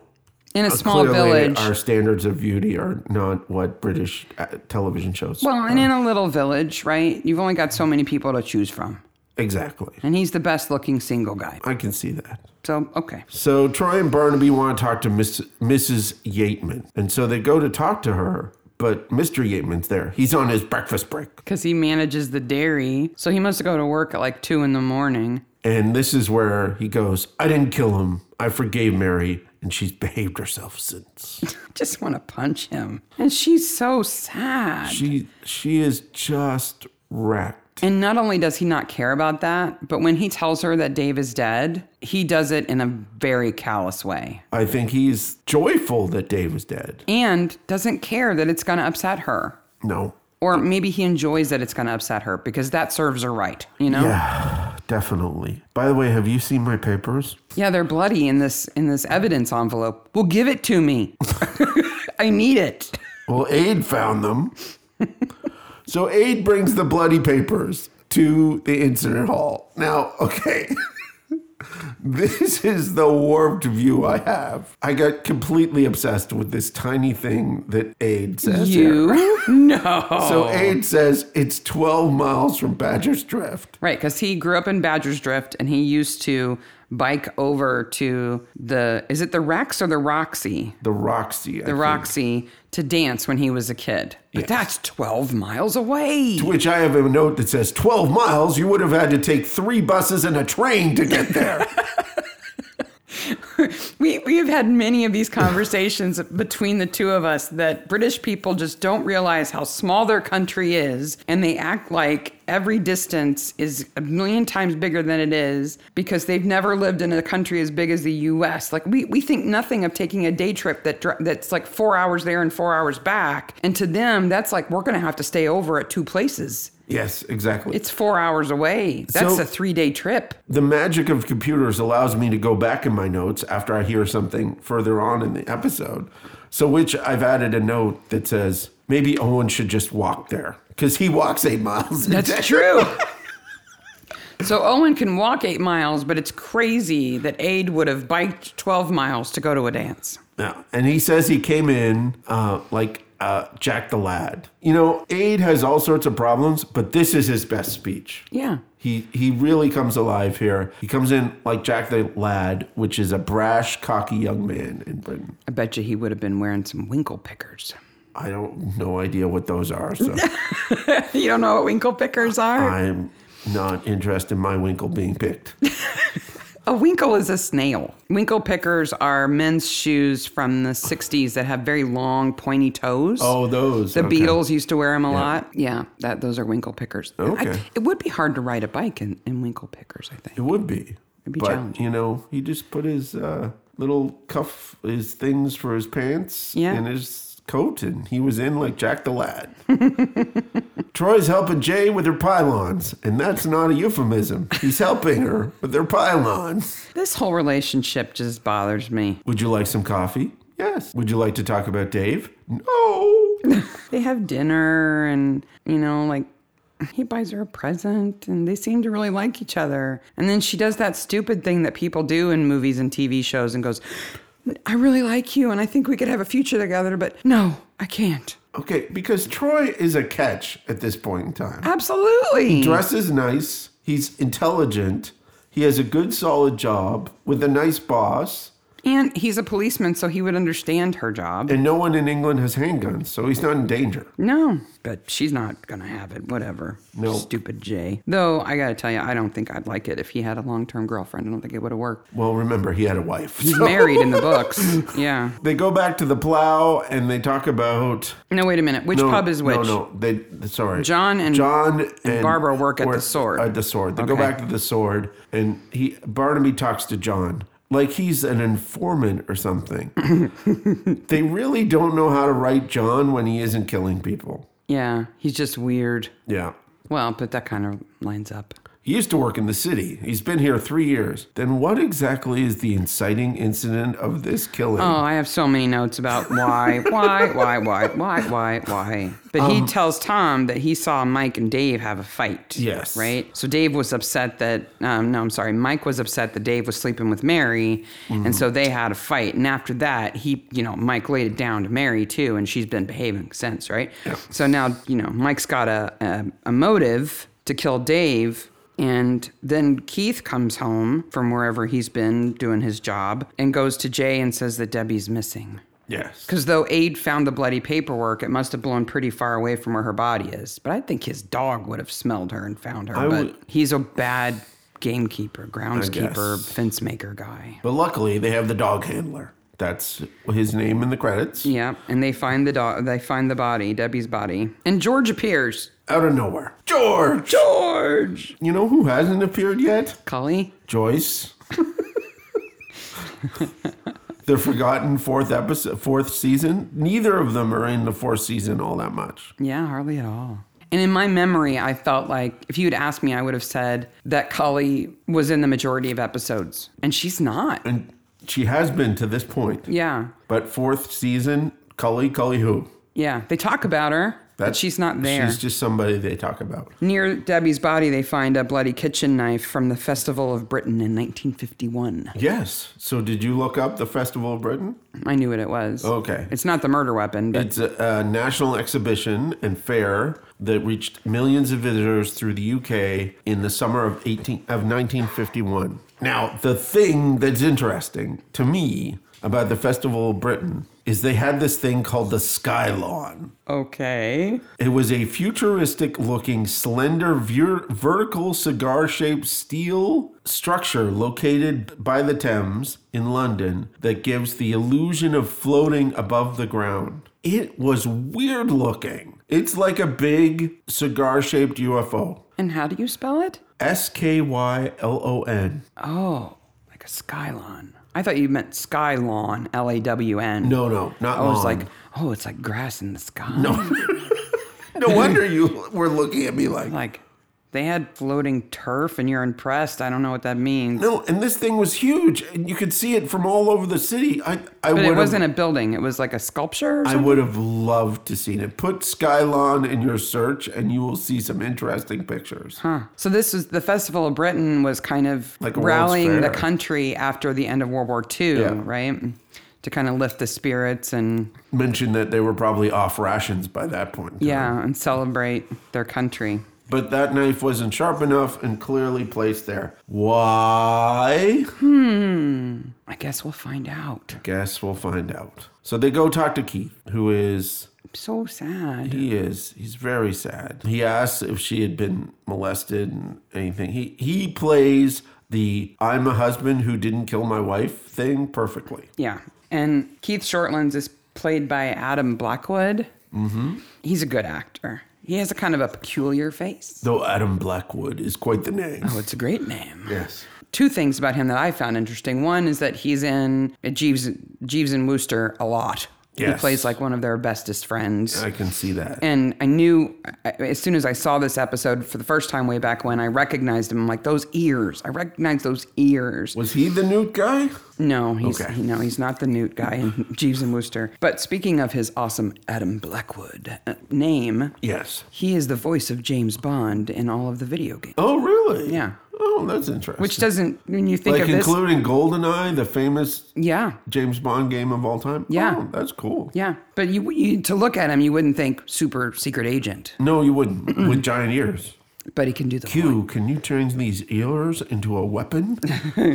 B: In a small
A: clearly
B: village.
A: our standards of beauty are not what British uh, television shows.
B: well, and in a little village, right? You've only got so many people to choose from.
A: exactly.
B: And he's the best looking single guy.
A: I can see that.
B: So, okay.
A: So Troy and Barnaby want to talk to Miss, Mrs. Yateman. And so they go to talk to her, but Mr. Yateman's there. He's on his breakfast break.
B: Because he manages the dairy. So he must go to work at like two in the morning.
A: And this is where he goes, I didn't kill him. I forgave Mary, and she's [laughs] behaved herself since.
B: Just want to punch him. And she's so sad.
A: She she is just wrecked.
B: And not only does he not care about that, but when he tells her that Dave is dead, he does it in a very callous way
A: I think he's joyful that Dave is dead.
B: and doesn't care that it's going to upset her.
A: No. [sighs]
B: Or maybe he enjoys that it's going to upset her because that serves her right, you know?
A: Yeah, definitely. By the way, have you seen my papers?
B: Yeah, they're bloody in this in this evidence envelope. Well, give it to me. [laughs] I need it.
A: Well, Aid found them. so Aid brings the bloody papers to the incident hall. Now, okay. [laughs] This is the warped view I have. I got completely obsessed with this tiny thing that Aid says. here.
B: [laughs] you no.
A: So Aid says it's 12 miles from Badger's Drift.
B: Right, because he grew up in Badger's Drift and he used to bike over to the is it the Rex or the Roxy?
A: The Roxy.
B: The Roxy to dance when he was a kid. But that's twelve miles away.
A: Which I have a note that says 12 miles, you would have had to take three buses and a train to get
B: [laughs]
A: there.
B: We we have had many of these conversations [laughs] between the two of us that British people just don't realize how small their country is and they act like every distance is a million times bigger than it is because they've never lived in a country as big as the US. Like we, we think nothing of taking a day trip that dr- that's like 4 hours there and 4 hours back and to them that's like we're going to have to stay over at two places.
A: yes, exactly.
B: It's 4 hours away. That's
A: So-
B: a 3-day trip.
A: the magic of computers allows me to go back in my notes after I hear something further on in the episode. So, which I've added a note that says maybe Owen should just walk there because he walks eight miles. a day. [laughs]
B: That's true. so Owen can walk eight miles, but it's crazy that Aid would have biked 12 miles to go to a dance.
A: Yeah. And he says he came in uh, like uh, Jack the Lad. You know, Aid has all sorts of problems, but this is his best speech.
B: Yeah.
A: He he really comes alive here. He comes in like Jack the Lad, which is a brash, cocky young man in Britain.
B: I bet you he would have been wearing some winkle pickers. [laughs]
A: I don't no idea what those are, so
B: you don't know what winkle pickers are?
A: I'm not interested in my winkle being picked.
B: a winkle is a snail. Winkle pickers are men's shoes from the 60s that have very long, pointy toes.
A: [laughs] Oh, those
B: The
A: okay.
B: Beatles used to wear them a lot. Yeah, that those are winkle pickers. I-
A: Okay.
B: it would be hard to ride a bike in, in winkle pickers, I think.
A: It would be,
B: It'd be
A: but
B: challenging.
A: you know, he just put his uh, little cuff, his things for his pants,
B: Yeah.
A: in his coat, and he was in like Jack the Lad. [laughs] Troy's helping Jay with her pylons, and that's not a euphemism. He's helping her with her pylons.
B: This whole relationship just bothers me.
A: Would you like some coffee? Yes. Would you like to talk about Dave? No.
B: [laughs] they have dinner and you know like he buys her a present and they seem to really like each other and then she does that stupid thing that people do in movies and tv shows and goes i really like you and i think we could have a future together but no i can't
A: Okay, because Troy is a catch at this point in time.
B: absolutely
A: dresses nice. He's intelligent. He has a good, solid job with a nice boss.
B: and he's a policeman so he would understand her job
A: And no one in England has handguns, so he's not in danger.
B: no but she's not gonna have it whatever
A: No.
B: stupid jay though i gotta tell you i don't think i'd like it if he had a long-term girlfriend i don't think it would have
A: [laughs]
B: worked
A: Well, remember, he had a wife.
B: he's
A: So- [laughs]
B: married in the books yeah
A: They go back to the plow and they talk about.
B: No, wait a minute. Which
A: no,
B: pub is which?
A: No, no. They, sorry.
B: John and-
A: John and,
B: Barbara work at the Sword.
A: At the sword. They go
B: Okay.
A: back to the sword, and he Barnaby talks to John like he's an informant or
B: [laughs]
A: something. they really don't know how to write John when he isn't killing people.
B: Yeah, he's just weird.
A: Yeah.
B: Well, but that kind of lines up.
A: He used to work in the city. He's been here three years. Then what exactly is the inciting incident of this killing?
B: Oh, I have so many notes
A: [laughs]
B: about why, why, why, why, why, why, why. But
A: Um,
B: he tells Tom that he saw Mike and Dave have a fight.
A: Yes.
B: Right? So Dave was upset that, um, no, I'm sorry, Mike was upset that Dave was sleeping with Mary. And so they had a fight. And after that, he, you know, Mike laid it down to Mary too. And she's been behaving since, right? So now, you know, Mike's got a, a, a motive to kill Dave. And then Keith comes home from wherever he's been doing his job and goes to Jay and says that Debbie's missing.
A: yes.
B: Because though Aid found the bloody paperwork, it must have blown pretty far away from where her body is. But I think his dog would have smelled her and found her. but
A: would-
B: he's a bad gamekeeper, groundskeeper,
A: guess.
B: fence maker guy.
A: But luckily, they have the dog handler That's his name in the credits.
B: Yeah, and they find the dog. They find the body, Debbie's body, and George appears.
A: Out of nowhere. George!
B: George,
A: You know who hasn't appeared yet?
B: Cully. [laughs]
A: Joyce. the forgotten fourth episode, fourth season. Neither of them are in the fourth season all that much.
B: Yeah, hardly at all. And in my memory, I felt like if you had asked me, I would have said that Cully was in the majority of episodes, and she's not.
A: And she has been to this point.
B: Yeah,
A: But fourth season, Cully, Cully who?
B: yeah. They talk about her, but she's not there.
A: She's just somebody they talk about.
B: Near Debbie's body, they find a bloody kitchen knife from the Festival of Britain in 1951.
A: Yes. So did you look up the Festival of Britain?
B: I knew what it was.
A: Okay.
B: It's not the murder weapon, but
A: It's a, a national exhibition and fair that reached millions of visitors through the UK in the summer of 18 of 1951. Now, the thing that's interesting to me about the Festival of Britain is they had this thing called the Skylawn.
B: okay.
A: It was a futuristic looking, slender, ver- vertical cigar shaped steel structure located by the Thames in London that gives the illusion of floating above the ground. It was weird looking. It's like a big cigar shaped UFO.
B: And how do you spell it?
A: S K Y L O N.
B: Oh, like a skylawn. I thought you meant skylawn, L A W N.
A: No, no, not
B: I was
A: lawn.
B: like, oh, it's like grass in the
A: [laughs]
B: sky.
A: no wonder you were looking at me like,
B: Like, they had floating turf and you're impressed. I don't know what that means.
A: no. And this thing was huge, and you could see it from all over the city. I, I
B: But it
A: would've-
B: wasn't a building, it was like a sculpture or
A: I
B: something.
A: would have loved to seen it. Put Skylon in your search, and you will see some interesting pictures.
B: Huh. So this was the Festival of Britain was kind of
A: Like a World's
B: rallying the
A: Fair.
B: country after the end of World War II,
A: Yeah.
B: right? To kind of lift the spirits and
A: Mentioned that they were probably off rations by that point. in time.
B: yeah, and celebrate their country.
A: But that knife wasn't sharp enough and clearly placed there. Why?
B: I guess we'll find out.
A: Guess we'll find out. So they go talk to Keith, who is
B: I'm so sad.
A: he is he's very sad. He asks if she had been molested and anything. He he plays the I'm a husband who didn't kill my wife thing perfectly.
B: Yeah. And Keith Shortlands is played by Adam Blackwood. Mm-hmm. He's a good actor. He has a kind of a peculiar face.
A: Though Adam Blackwood is quite the name.
B: Oh, it's a great name.
A: Yes.
B: Two things about him that I found interesting. One is that he's in Jeeves, Jeeves and Wooster a lot. He
A: Yes.
B: plays like one of their bestest friends.
A: I can see that.
B: and I knew I- as soon as I saw this episode for the first time way back when, I recognized him. I'm like, those ears. I recognize those ears.
A: Was he the new guy?
B: No, he's
A: Okay.
B: he- no, he's not the Newt guy [laughs] in Jeeves and Wooster. But speaking of his awesome Adam Blackwood uh, name,
A: Yes.
B: he is the voice of James Bond in all of the video games,
A: Oh, really?
B: Yeah.
A: Oh, that's interesting.
B: which doesn't when you think
A: like
B: of this,
A: including GoldenEye, the famous
B: yeah.
A: James Bond game of all time.
B: Yeah.
A: Oh, that's cool.
B: Yeah, but you, you to look at him, you wouldn't think super secret agent,
A: No, you
B: [clears throat]
A: wouldn't with giant ears.
B: but he can do the.
A: Q, can you turn these ears into a weapon?
B: [laughs]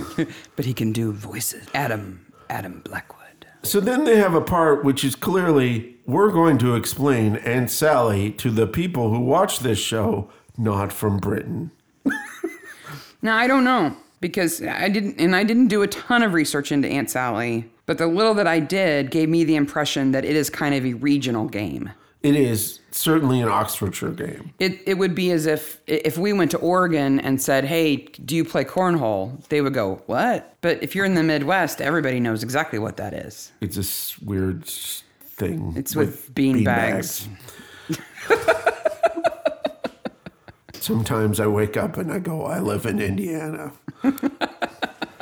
B: But he can do voices. Adam, Adam Blackwood.
A: so then they have a part which is clearly we're going to explain Aunt Sally to the people who watch this show, not from Britain.
B: Now I don't know because I didn't, and I didn't do a ton of research into Aunt Sally, but the little that I did gave me the impression that it is kind of a regional game.
A: It is certainly an Oxfordshire game.
B: It, it would be as if if we went to Oregon and said, "Hey, do you play cornhole?" They would go, "What?" But if you're in the Midwest, everybody knows exactly what that is.
A: It's a s- weird s- thing.
B: It's with bean bags.
A: bags. [laughs] Sometimes I wake up and I go, I live in Indiana.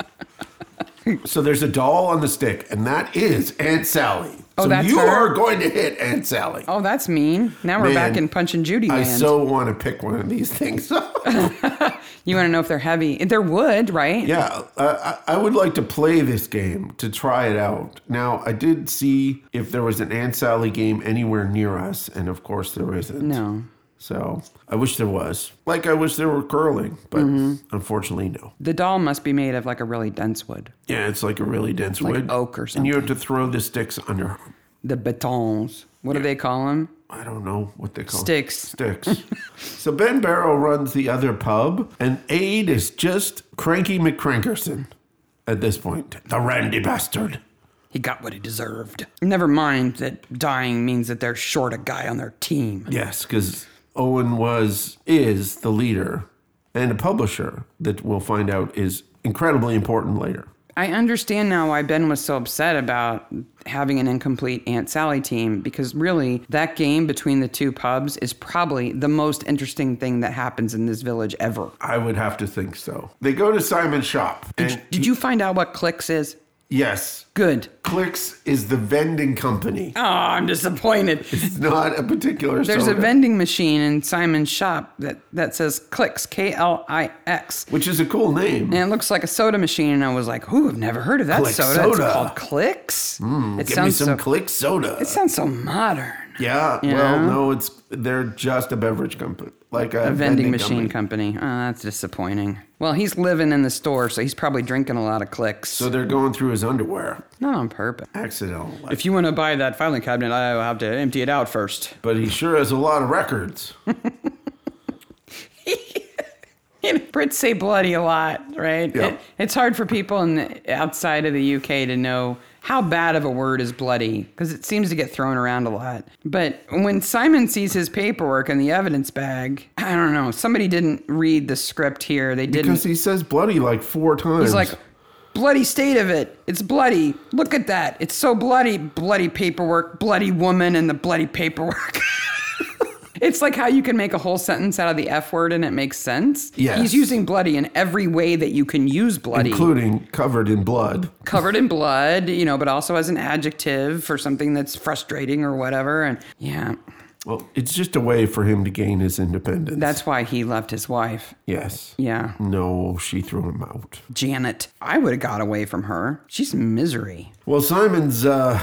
A: [laughs] so there's a doll on the stick, and that is Aunt Sally.
B: Oh,
A: so
B: that's
A: you
B: her?
A: are going to hit Aunt Sally.
B: Oh, that's mean. Now we're back
A: Man,
B: in Punch and Judy
A: I
B: land.
A: so want to pick one of these things up. [laughs]
B: you want to know if they're heavy? They're wood, right?
A: Yeah, I, I I would like to play this game to try it out. Now, I did see if there was an Aunt Sally game anywhere near us, and of course there isn't.
B: No.
A: So I wish there was. Like I wish there were curling, but
B: Mm-hmm.
A: unfortunately, no.
B: The doll must be made of like a really dense wood.
A: Yeah, it's like a really dense wood,
B: oak or
A: and you have to throw the sticks on your.
B: The batons. What do they call them?
A: I don't know what they call
B: Sticks.
A: Sticks. [laughs] so Ben Barrow runs the other pub, and Aid is just Cranky McCrankerson at this point. The randy bastard.
C: He got what he deserved.
B: Never mind that dying means that they're short a guy on their team.
A: Yes, because Owen was is the leader and a publisher that we'll find out is incredibly important later.
B: I understand now why Ben was so upset about having an incomplete Aunt Sally team because really that game between the two pubs is probably the most interesting thing that happens in this village ever.
A: I would have to think so. They go to Simon's shop. And
B: Did you find out what Clicks is?
A: yes,
B: Good.
A: Clicks is the vending company.
B: Oh, I'm disappointed.
A: It's not a particular
B: There's a
A: soda,
B: vending machine in Simon's shop that, that says Clicks, K L I X.
A: which is a cool name.
B: And it looks like a soda machine. And I was like, ooh, I've never heard of that
A: Click
B: soda.
A: soda. Hmm,
B: It's called Clicks. it,
A: Give me
B: sounds
A: some
B: so,
A: Click soda.
B: it sounds so modern.
A: yeah, well, no, it's they're just a beverage company, like a,
B: A vending
A: company.
B: machine company. Oh, that's disappointing. Well, he's living in the store, so he's probably drinking a lot of clicks.
A: So they're going through his underwear,
B: Not on purpose.
A: accidental. like.
C: If you want to buy that filing cabinet, I'll have to empty it out first.
A: but he sure has a lot of records.
B: [laughs] Brits say bloody a lot, right?
A: Yeah.
B: It, it's hard for people in the, outside of the UK to know how bad of a word is bloody because it seems to get thrown around a lot. But when Simon sees his paperwork in the evidence bag, I don't know. Somebody didn't read the script here. They didn't.
A: Because he says bloody like four times.
B: He's like, bloody state of it. It's bloody. Look at that. It's so bloody. Bloody paperwork. Bloody woman and the bloody paperwork. [laughs] it's like how you can make a whole sentence out of the F word and it makes sense.
A: Yes.
B: He's using bloody in every way that you can use bloody.
A: including covered in blood.
B: Covered in blood, you know, but also as an adjective for something that's frustrating or whatever. And yeah,
A: Well, it's just a way for him to gain his independence.
B: that's why he left his wife.
A: yes.
B: Yeah.
A: No, she threw him out.
B: Janet. I would have got away from her. She's misery.
A: Well, Simon's uh,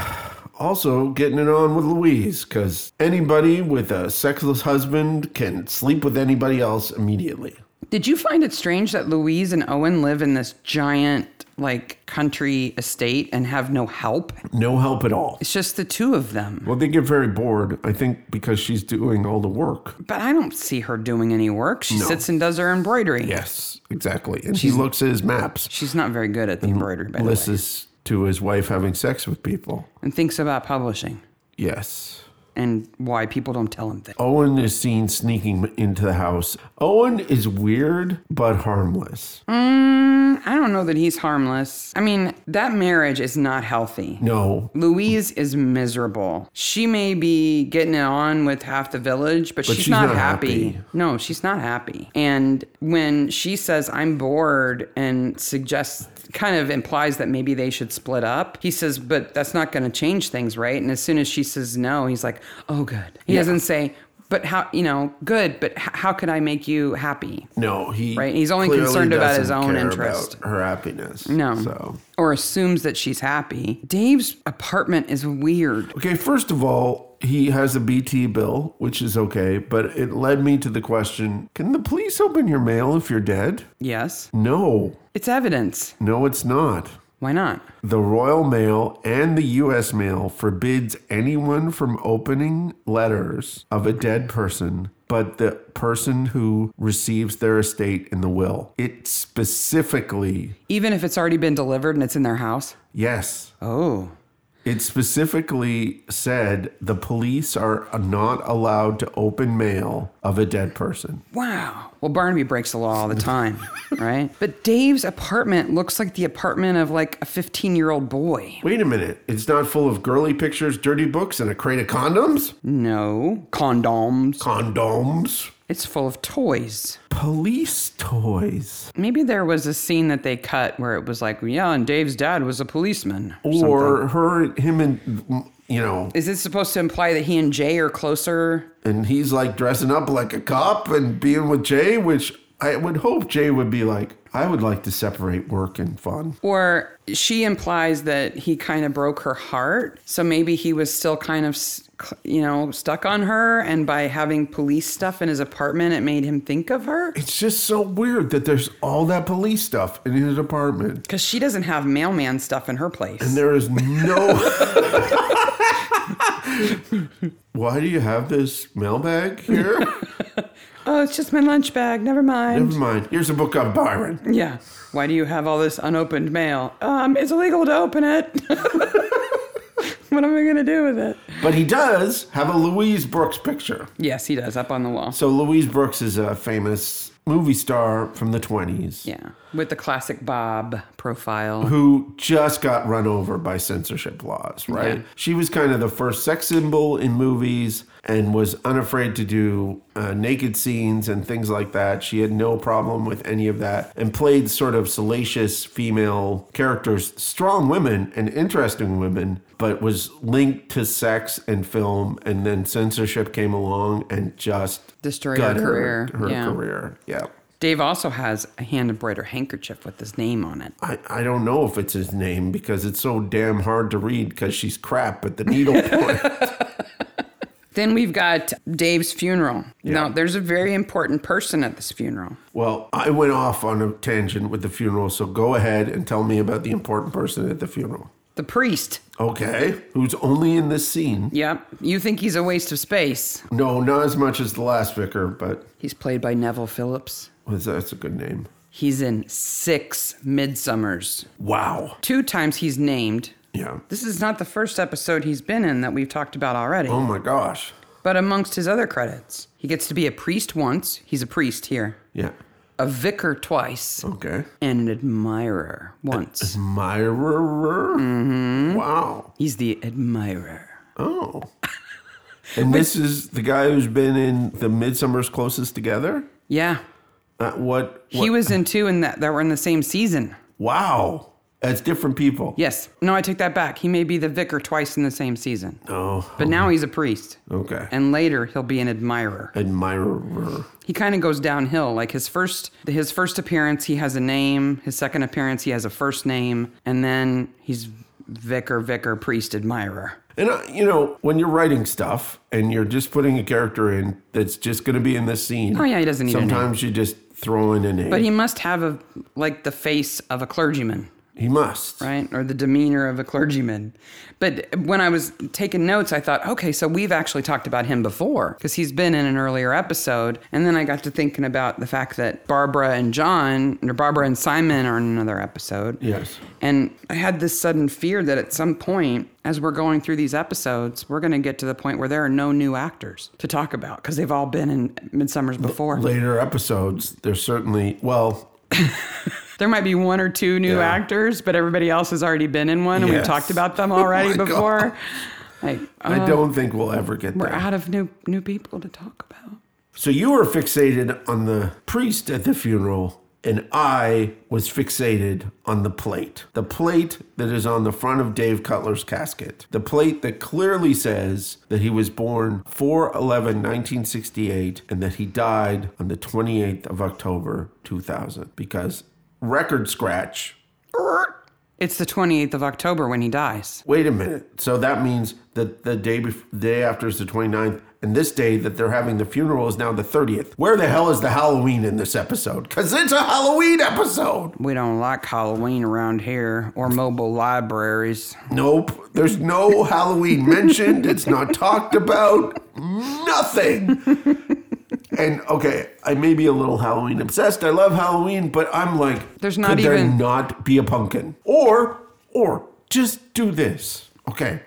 A: also getting it on with Louise because anybody with a sexless husband can sleep with anybody else immediately.
B: Did you find it strange that Louise and Owen live in this giant, like, country estate and have no help?
A: No help at all.
B: It's just the two of them.
A: Well, they get very bored, I think, because she's doing all the work.
B: But I don't see her doing any work. She sits and does her embroidery.
A: Yes, exactly. And he looks at his maps,
B: She's not very good at the embroidery, by the way,
A: listens to his wife having sex with people.
B: and thinks about publishing
A: Yes.
B: and why people don't tell him things.
A: Owen is seen sneaking into the house. Owen is weird but harmless.
B: I don't know that he's harmless. I mean, that marriage is not healthy.
A: No,
B: Louise is miserable. She may be getting it on with half the village, but, she's,
A: she's
B: not,
A: not
B: happy.
A: happy.
B: No, she's not happy. And when she says, I'm bored, and suggests, kind of implies that maybe they should split up, he says, But that's not going to change things, right? And as soon as she says no, he's like, Oh, good. He doesn't say, but how you know good but h- how could i make you happy
A: no, he
B: Right, he's only
A: clearly
B: concerned about
A: doesn't
B: his own
A: care
B: interest.
A: about her happiness.
B: no
A: So
B: or assumes that she's happy dave's apartment is weird
A: okay, first of all, he has a BT bill, which is okay, but it led me to the question: Can the police open your mail if you're dead?
B: yes
A: No,
B: it's evidence
A: no, it's not.
B: why not
A: The Royal Mail and the U.S. Mail forbids anyone from opening letters of a dead person but the person who receives their estate in the will. It specifically,
B: Even if it's already been delivered and it's in their house?
A: yes,
B: Oh.
A: it specifically said the police are not allowed to open mail of a dead person.
B: Wow. Well, Barnaby breaks the law all the time, right? But Dave's apartment looks like the apartment of like a 15 year old boy.
A: Wait a minute, it's not full of girly pictures, dirty books, and a crate of condoms?
B: No. Condoms.
A: Condoms?
B: It's full of toys.
A: Police toys.
B: Maybe there was a scene that they cut where it was like, yeah, and Dave's dad was a policeman.
A: or her, him, and you know,
B: Is this supposed to imply that he and Jay are closer?
A: and he's like dressing up like a cop and being with Jay, which I would hope Jay would be like, I would like to separate work and fun.
B: Or she implies that he kind of broke her heart. So maybe he was still kind of, s- cl- you know, stuck on her. And by having police stuff in his apartment, it made him think of her.
A: It's just so weird that there's all that police stuff in his apartment.
B: Because she doesn't have mailman stuff in her place.
A: There is no. [laughs] Why do you have this mailbag here?
B: Oh, it's just my lunch bag. Never mind.
A: Never mind. Here's a book on Byron.
B: Yeah. Why do you have all this unopened mail? Um, it's illegal to open it. [laughs] What am I going to do with it?
A: But he does have a Louise Brooks picture.
B: Yes, he does, up on the wall.
A: So Louise Brooks is a famous movie star from the 20s
B: Yeah, with the classic Bob profile.
A: who just got run over by censorship laws, right?
B: Yeah.
A: She was kind of the first sex symbol in movies and was unafraid to do uh, naked scenes and things like that. She had no problem with any of that and played sort of salacious female characters, strong women and interesting women, but was linked to sex and film. And then censorship came along and just
B: Destroyed her
A: gutted
B: career.
A: Her
B: Yeah.
A: career. Yeah.
B: Dave also has a hand embroidered handkerchief with his name on it.
A: I, I don't know if it's his name because it's so damn hard to read because she's crap at the needle point.
B: Then we've got Dave's funeral. Now, there's a very important person at this funeral.
A: well, I went off on a tangent with the funeral, so go ahead and tell me about the important person at the funeral.
B: The priest.
A: Okay, who's only in this scene?
B: Yep. You think he's a waste of space.
A: No, not as much as the last vicar, but
B: He's played by Neville Phillips.
A: was that's a good name.
B: He's in six Midsummers.
A: Wow.
B: Two times he's named.
A: Yeah.
B: This is not the first episode he's been in that we've talked about already.
A: Oh my gosh.
B: But amongst his other credits, he gets to be a priest once. He's a priest here.
A: Yeah.
B: A vicar twice.
A: Okay.
B: And an admirer once.
A: Myra. Wow.
B: He's the admirer.
A: Oh. And this is the guy who's been in the Midsummer's Closest Together.
B: Yeah.
A: Uh, what, what
B: He was in two in that, that were in the same season.
A: Wow. That's different people.
B: Yes. No, I take that back. He may be the vicar twice in the same season.
A: Oh,
B: But now he's a priest.
A: okay.
B: And later he'll be an admirer.
A: Admirer.
B: He kind of goes downhill. Like his first his first appearance, he has a name. His second appearance, he has a first name, and then he's vicar, vicar, priest, admirer.
A: And, uh, you know, when you're writing stuff and you're just putting a character in that's just going to be in this scene.
B: Oh, yeah, he doesn't need a name.
A: Sometimes you just throw in a name.
B: But he must have a like the face of a clergyman,
A: he must.
B: right? Or the demeanor of a clergyman. But when I was taking notes, I thought, okay, so we've actually talked about him before because he's been in an earlier episode. And then I got to thinking about the fact that Barbara and John, or Barbara and Simon, are in another episode.
A: Yes.
B: And I had this sudden fear that at some point, as we're going through these episodes, we're going to get to the point where there are no new actors to talk about because they've all been in Midsummer's before.
A: Later episodes, there's certainly, well,
B: There might be one or two new
A: Yeah.
B: actors, but everybody else has already been in one, and we've
A: Yes. Oh
B: talked
A: [laughs]
B: about them already
A: my God.
B: before. Like, uh,
A: I don't think we'll ever get
B: we're
A: there.
B: out of new new people to talk about.
A: so you were fixated on the priest at the funeral. And I was fixated on the plate. The plate that is on the front of Dave Cutler's casket. The plate that clearly says that he was born 4 11 1968 and that he died on the 28th of October 2000. Because record scratch.
B: It's the 28th of October when he dies.
A: Wait a minute. So that means that the day bef- day after is the 29th, and this day that they're having the funeral is now the 30th. Where the hell is the Halloween in this episode? Because it's a Halloween episode.
B: We don't like Halloween around here or mobile libraries.
A: Nope. There's no Halloween mentioned. It's not talked about. Nothing. And okay, I may be a little Halloween obsessed. I love Halloween, but I'm like,
B: There's not
A: could there
B: even-
A: not be a pumpkin? Or, or just do this. Okay,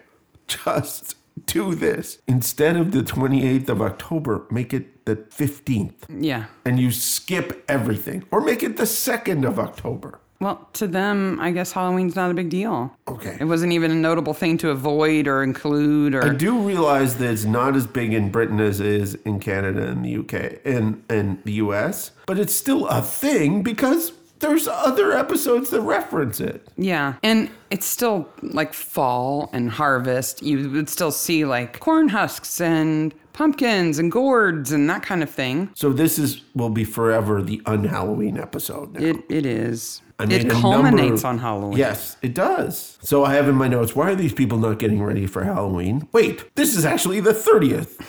A: just do this instead of the 28th of October. Make it the 15th,
B: Yeah.
A: and you skip everything, or make it the 2nd of October.
B: Well, to them, I guess Halloween's not a big deal.
A: Okay.
B: It wasn't even a notable thing to avoid or include or
A: I do realize that it's not as big in Britain as it is in Canada and the UK and and the US, but it's still a thing because there's other episodes that reference it.
B: Yeah. And it's still like fall and harvest. You would still see like corn husks and pumpkins and gourds and that kind of thing.
A: So this is will be forever the un-Halloween episode now.
B: It it is.
A: I mean,
B: it
A: a
B: culminates
A: number-
B: on Halloween.
A: Yes, it does. So I have in my notes, why are these people not getting ready for Halloween? Wait, this is actually the 30th.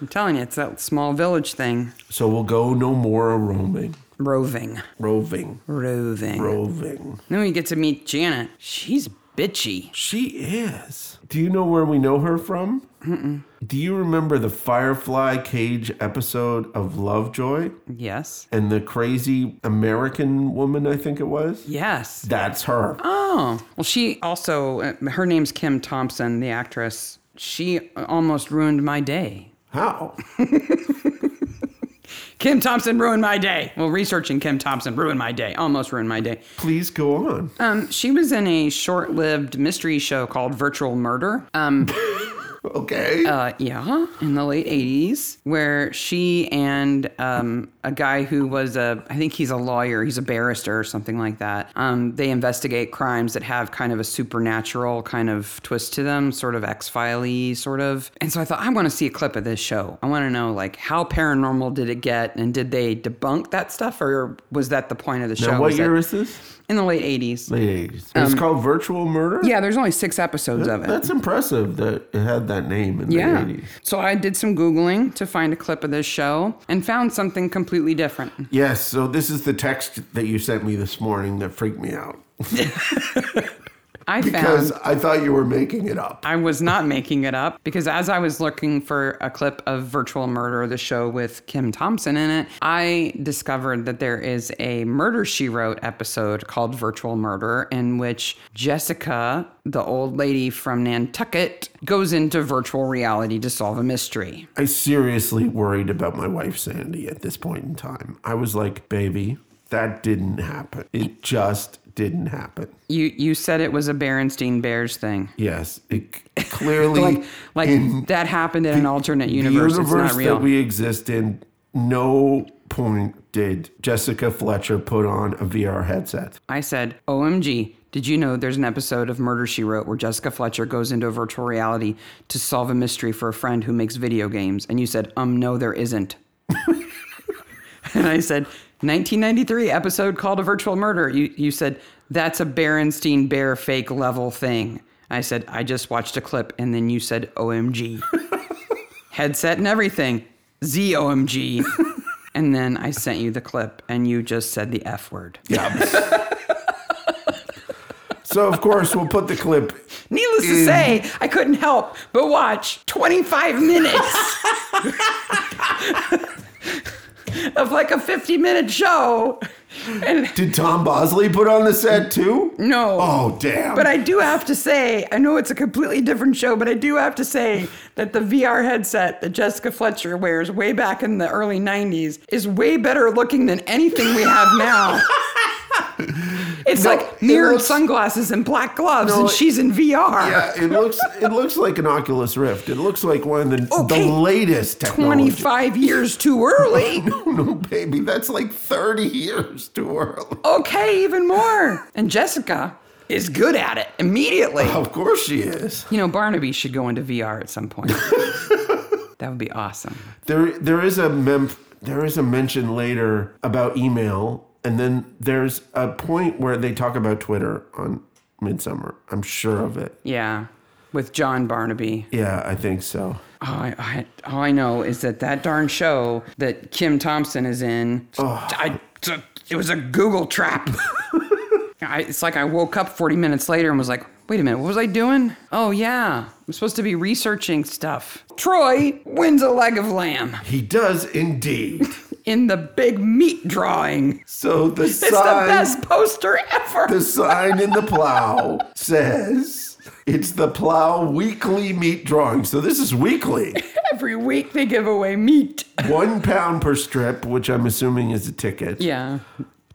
B: I'm telling you, it's that small village thing.
A: so we'll go no more roaming.
B: Roving.
A: Roving.
B: Roving.
A: Roving.
B: Then we get to meet Janet. She's
C: bitchy.
A: She is. Do you know where we know her from? Do you remember the Firefly Cage episode of Lovejoy
B: Yes.
A: and the crazy American woman, I think it was?
B: Yes.
A: That's her.
B: Oh. Well, she also, uh, her name's Kim Thompson, the actress. She almost ruined my day.
A: How?
B: Kim Thompson ruined my day. Well, researching Kim Thompson ruined my day. Almost ruined my day.
A: Please go on.
B: Um, she was in a short-lived mystery show called Virtual Murder. Um,
A: Okay.
B: uh, yeah, in the late '80s, where she and um, a guy who was a, I think he's a lawyer, he's a barrister or something like that. Um, they investigate crimes that have kind of a supernatural kind of twist to them, sort of X-Filey sort of. And so I thought, I want to see a clip of this show. I want to know like how paranormal did it get, and did they debunk that stuff, or was that the point of the show?
A: now, what
B: Was that-
A: year is this?
B: in the late '80s.
A: Ladies. It's called Virtual Murder?
B: Um, Yeah, there's only six episodes of it.
A: That's impressive that it had that name in
B: yeah.
A: the 80s.
B: So I did some Googling to find a clip of this show and found something completely different.
A: Yes, so this is the text that you sent me this morning that freaked me out
B: I
A: [laughs] because
B: found
A: I thought you were making it up.
B: I was not making it up because as I was looking for a clip of Virtual Murder, the show with Kim Thompson in it, I discovered that there is a Murder She Wrote episode called Virtual Murder in which Jessica, the old lady from Nantucket, goes into virtual reality to solve a mystery.
A: I seriously worried about my wife Sandy at this point in time. I was like, baby, that didn't happen. It just didn't happen.
B: You you said it was a Berenstein Bears thing.
A: Yes, it c-
B: [laughs]
A: clearly
B: like like
A: in
B: that happened in an alternate universe.
A: the universe
B: it's not real.
A: that we exist in. No point did Jessica Fletcher put on a VR headset.
B: I said, "OMG, did you know there's an episode of Murder She Wrote where Jessica Fletcher goes into a virtual reality to solve a mystery for a friend who makes video games?" And you said, "Um, no, there isn't." [laughs] and I said, "1993 episode called A Virtual Murder." You you said, "That's a Berenstein Bear fake level thing." I said, "I just watched a clip," and then you said, "OMG." [laughs] headset and everything. ZOMG. [laughs] and then I sent you the clip and you just said the F word. [laughs]
A: Yeah. so of course we'll put the clip.
B: Needless
A: Mm.
B: to say, I couldn't help but watch
A: [laughs]
B: 25 minutes of like a 50 minute show. And
A: Did Tom Bosley put on the set too?
B: no.
A: Oh damn.
B: But I do have to say, I know it's a completely different show, but I do have to say that the VR headset that Jessica Fletcher wears way back in the early 90s is way better looking than anything we have
A: [laughs]
B: now. It's
A: No,
B: like
A: it
B: mirrored
A: looks-
B: sunglasses and black gloves,
A: No,
B: and
A: it-
B: she's in VR.
A: yeah, it looks it looks like an Oculus Rift. It looks like one of the
B: Okay.
A: the latest technology. [laughs]
B: 25 years too early.
A: No, baby, that's like 30 years too early.
B: Okay, even more. And Jessica is good at it immediately.
A: Of course she is.
B: You know, Barnaby should go into VR at some point. that would be awesome.
A: There, there is a mem- there is a mention later about email, and then there's a point where they talk about Twitter on Midsummer. I'm sure of it.
B: Yeah, with John Barnaby.
A: Yeah, I think so.
B: All I, I, all I know is that that darn show that Kim Thompson is in, I, it was a Google trap. [laughs] I, it's like I woke up 40 minutes later and was like, wait a minute, what was I doing? Oh, yeah, I'm supposed to be researching stuff. Troy wins a leg of lamb
A: He does indeed.
B: in the big meat drawing.
A: So the
B: It's the
A: sign,
B: best poster ever.
A: the sign in the plow says it's the plow weekly meat drawing. So this is weekly.
B: Every week they give away meat.
A: One pound per strip, which I'm assuming is a ticket.
B: Yeah.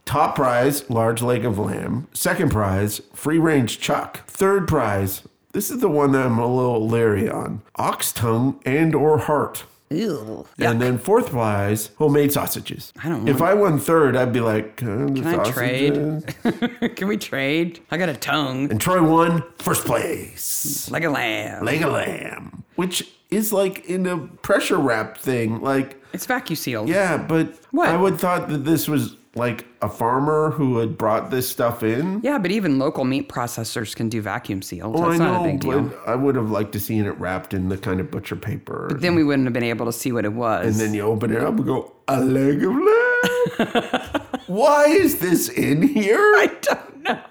A: Top prize, large leg of lamb. Second prize, free range chuck. Third prize, this is the one that I'm a little leery on, ox tongue and or heart.
B: Ew.
A: And then fourth prize, homemade sausages.
B: I don't
A: If
B: want-
A: I won third, I'd be like, can,
B: Can I trade? [laughs] Can we trade? I got a tongue,
A: And Troy won first place,
B: like a lamb.
A: leg of lamb, which is like in a pressure wrap thing, like.
B: It's vacuum sealed.
A: Yeah, but
B: What?
A: I would thought that this was like a farmer who had brought this stuff in.
B: Yeah, but even local meat processors can do vacuum sealed.
A: Well,
B: That's
A: Oh, I
B: not a
A: know,
B: big deal.
A: but I would have liked to seen it wrapped in the kind of butcher paper.
B: Then we wouldn't have been able to see what it was.
A: and
B: [laughs]
A: then you open it up and go, a leg of lamb. Why is this in here?
B: I don't know.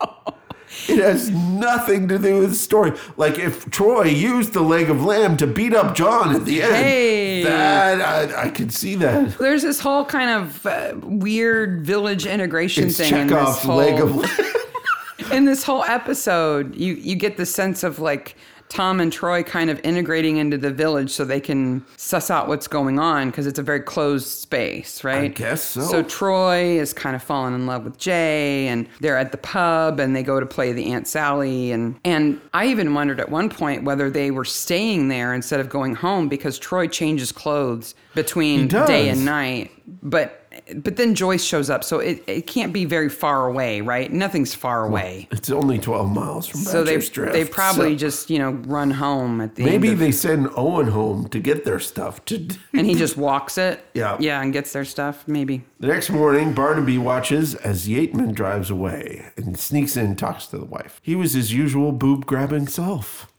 A: It has nothing to do with the story. Like if Troy used the leg of lamb to beat up John at the end,
B: Hey.
A: that I, I could see that.
B: There's this whole kind of uh, weird village integration
A: It's
B: thing in this
A: Chekhov's
B: whole
A: leg of lamb.
B: [laughs] in this whole episode. You you get the sense of like Tom and Troy kind of integrating into the village so they can suss out what's going on because it's a very closed space, right?
A: guess so.
B: So Troy is kind of falling in love with Jay, and they're at the pub, and they go to play the Aunt Sally, and and I even wondered at one point whether they were staying there instead of going home because Troy changes clothes between
A: does.
B: day and night, but. But then Joyce shows up, so it, it can't be very far away, right? Nothing's far away.
A: It's only twelve miles from
B: So they
A: Badger's Drift.
B: they probably
A: so
B: just you know run home at the
A: maybe
B: end of-
A: they send Owen home to get their stuff. To
B: and he just walks it,
A: [laughs] Yeah.
B: yeah, and gets their stuff. Maybe
A: the next morning, Barnaby watches as Yateman drives away and sneaks in and talks to the wife. He was his usual boob grabbing
B: [laughs]
A: self.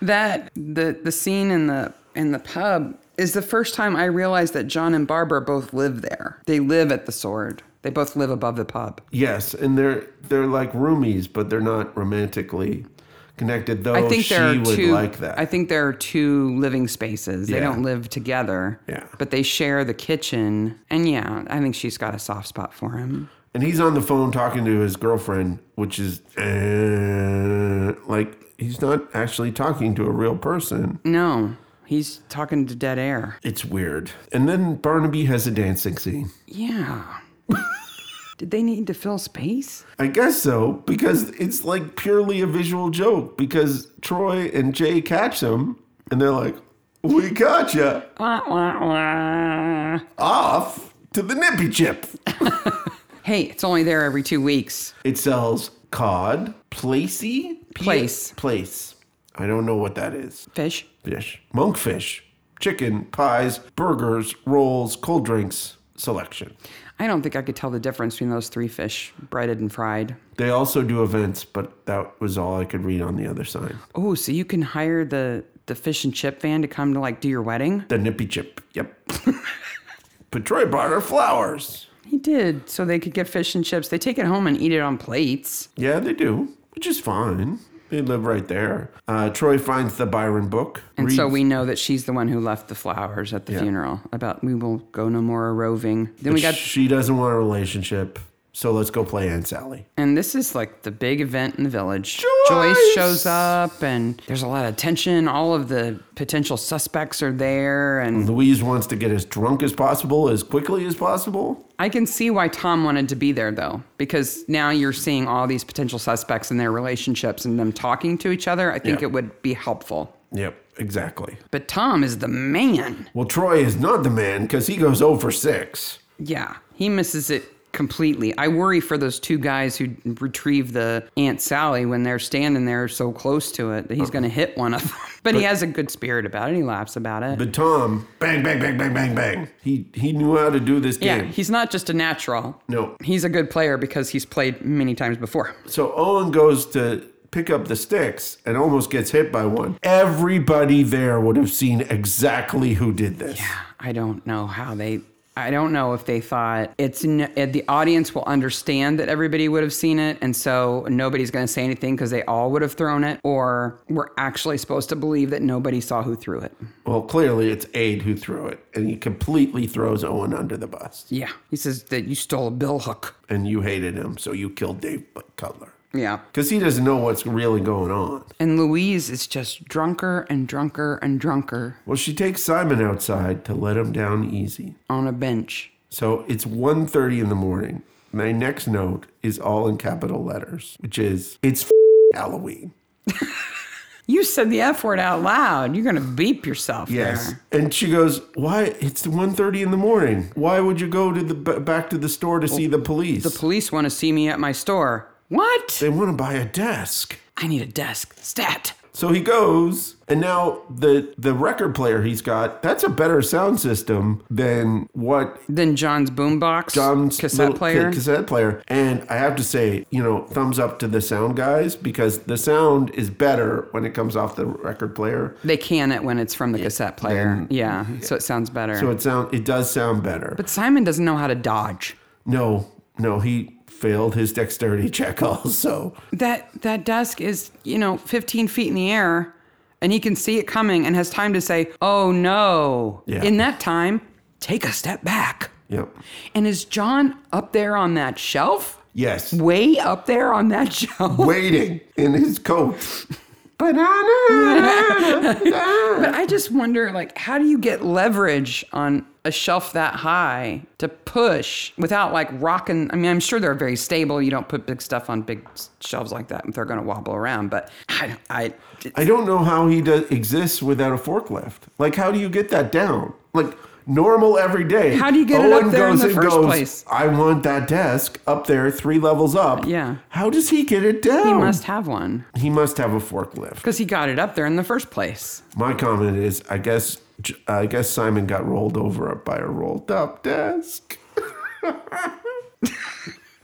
B: that the the scene in the in the pub is the first time I realized that John and Barbara both live there. They live at the Sword. They both live above the pub.
A: Yes, and they're they're like roomies, but they're not romantically connected. Though
B: I think
A: Oh, she
B: there are
A: would
B: two.
A: like that.
B: I think there are two living spaces. They
A: Yeah.
B: don't live together.
A: Yeah.
B: But they share the kitchen. And yeah, I think she's got a soft spot for him.
A: and he's on the phone talking to his girlfriend, which is uh, like he's not actually talking to a real person.
B: No, he's talking to dead air.
A: It's weird. And then Barnaby has a dancing scene. [laughs]
B: Yeah. Did they need to fill space?
A: I guess so, because it's like purely a visual joke. Because Troy and Jay catch him, and they're like, "We got you
B: Wah, wah, wah.
A: off to the nippy chip."
B: Hey, it's only there every two weeks.
A: It sells cod, placey, P-
B: Place.
A: place. I don't know what that is.
B: Fish.
A: Fish, monkfish, chicken, pies, burgers, rolls, cold drinks. Selection.
B: I don't think I could tell the difference between those three fish, breaded and fried.
A: They also do events, but that was all I could read on the other sign.
B: Oh, so you can hire the the fish and chip van to come to like do your wedding?
A: The nippy chip. Yep. [laughs] but Troy brought her flowers.
B: He did, so they could get fish and chips. They take it home and eat it on plates.
A: Yeah, they do, which is fine. They live right there. Uh, Troy finds the Byron book.
B: And so
A: reads-
B: we know that she's the one who left the flowers at the funeral. About we will go no more a roving. Then we got
A: She doesn't want a relationship, so let's go play Aunt Sally.
B: and this is like the big event in the village.
A: Joyce!
B: shows up and there's a lot of tension. All of the potential suspects are there and
A: Louise wants to get as drunk as possible, as quickly as possible.
B: I can see why Tom wanted to be there though, because now you're seeing all these potential suspects and their relationships and them talking to each other. I think
A: Yeah.
B: it would be helpful.
A: Yep, exactly.
B: But Tom is the man.
A: Well, Troy is not the man because he goes over six.
B: Yeah, he misses it completely. I worry for those two guys who retrieve the Aunt Sally when they're standing there so close to it that he's going to hit one of them. [laughs] But, he has a good spirit about it. He laughs about it.
A: But Tom, bang, bang, bang, bang, bang, bang. He he knew how to do this
B: yeah,
A: game.
B: he's not just a natural.
A: No.
B: He's a good player because he's played many times before.
A: So Owen goes to pick up the sticks and almost gets hit by one. Everybody there would have seen exactly who did this.
B: I don't know how they. I don't know if they thought it's n- eh, the audience will understand that everybody would have seen it, and so nobody's going to say anything because they all would have thrown it, or we're actually supposed to believe that nobody saw who threw it.
A: Well, clearly it's Aid who threw it, and he completely throws Owen under the bus.
B: Yeah, he says that you stole a bill hook.
A: And you hated him, so you killed Dave Cutler.
B: Yeah,
A: Because he doesn't know what's really going on.
B: and Louise is just drunker and drunker and drunker
A: Well, she takes Simon outside to let him down easy.
B: on a bench.
A: So it's 1.30 in the morning. My next note is all in capital letters, which is, it's f***ing Halloween.
B: You said the F word out loud. You're going to beep yourself.
A: Yes.
B: there.
A: And she goes, why? It's 1.30 in the morning. Why would you go to the b- back to the store to see the police?
B: Police want to see me at my store. What?
A: they want to buy a desk.
B: I need a desk. Stat.
A: So he goes, and now the the record player he's got that's a better sound system than what
B: Then John's boombox,
A: Dom's
B: cassette
A: little
B: player.
A: kid cassette player. And I have to say, you know, thumbs up to the sound guys because the sound is better when it comes off the record player.
B: They can it when it's from the cassette player. yeah, so it sounds better.
A: So it sound it does sound better.
B: but Simon doesn't know how to dodge.
A: no, No, he failed his dexterity [laughs] check also.
B: That that desk is, you know, 15 feet in the air, and he can see it coming and has time to say, "Oh no!"
A: Yeah.
B: In that time, take a step back.
A: Yep.
B: And is John up there on that shelf?
A: Yes.
B: Way up there on that [laughs] shelf.
A: Waiting in his
B: [laughs]
A: coat. Banana.
B: But I just wonder, like, how do you get leverage on a shelf that high to push without like rocking? I mean, I'm sure they're very stable. You don't put big stuff on big s- shelves like that; they're going to wobble around. But I, I,
A: I don't know how he does, exists without a forklift. Like, how do you get that down? Like, normal every day.
B: How do you get it up there in the
A: and
B: first place?
A: I want that desk up there, three levels up.
B: Yeah.
A: How does he get it down?
B: he must have one
A: He must have a forklift.
B: because he got it up there in the first place.
A: My comment is, I guess, I guess Simon got rolled over by a rolled up desk.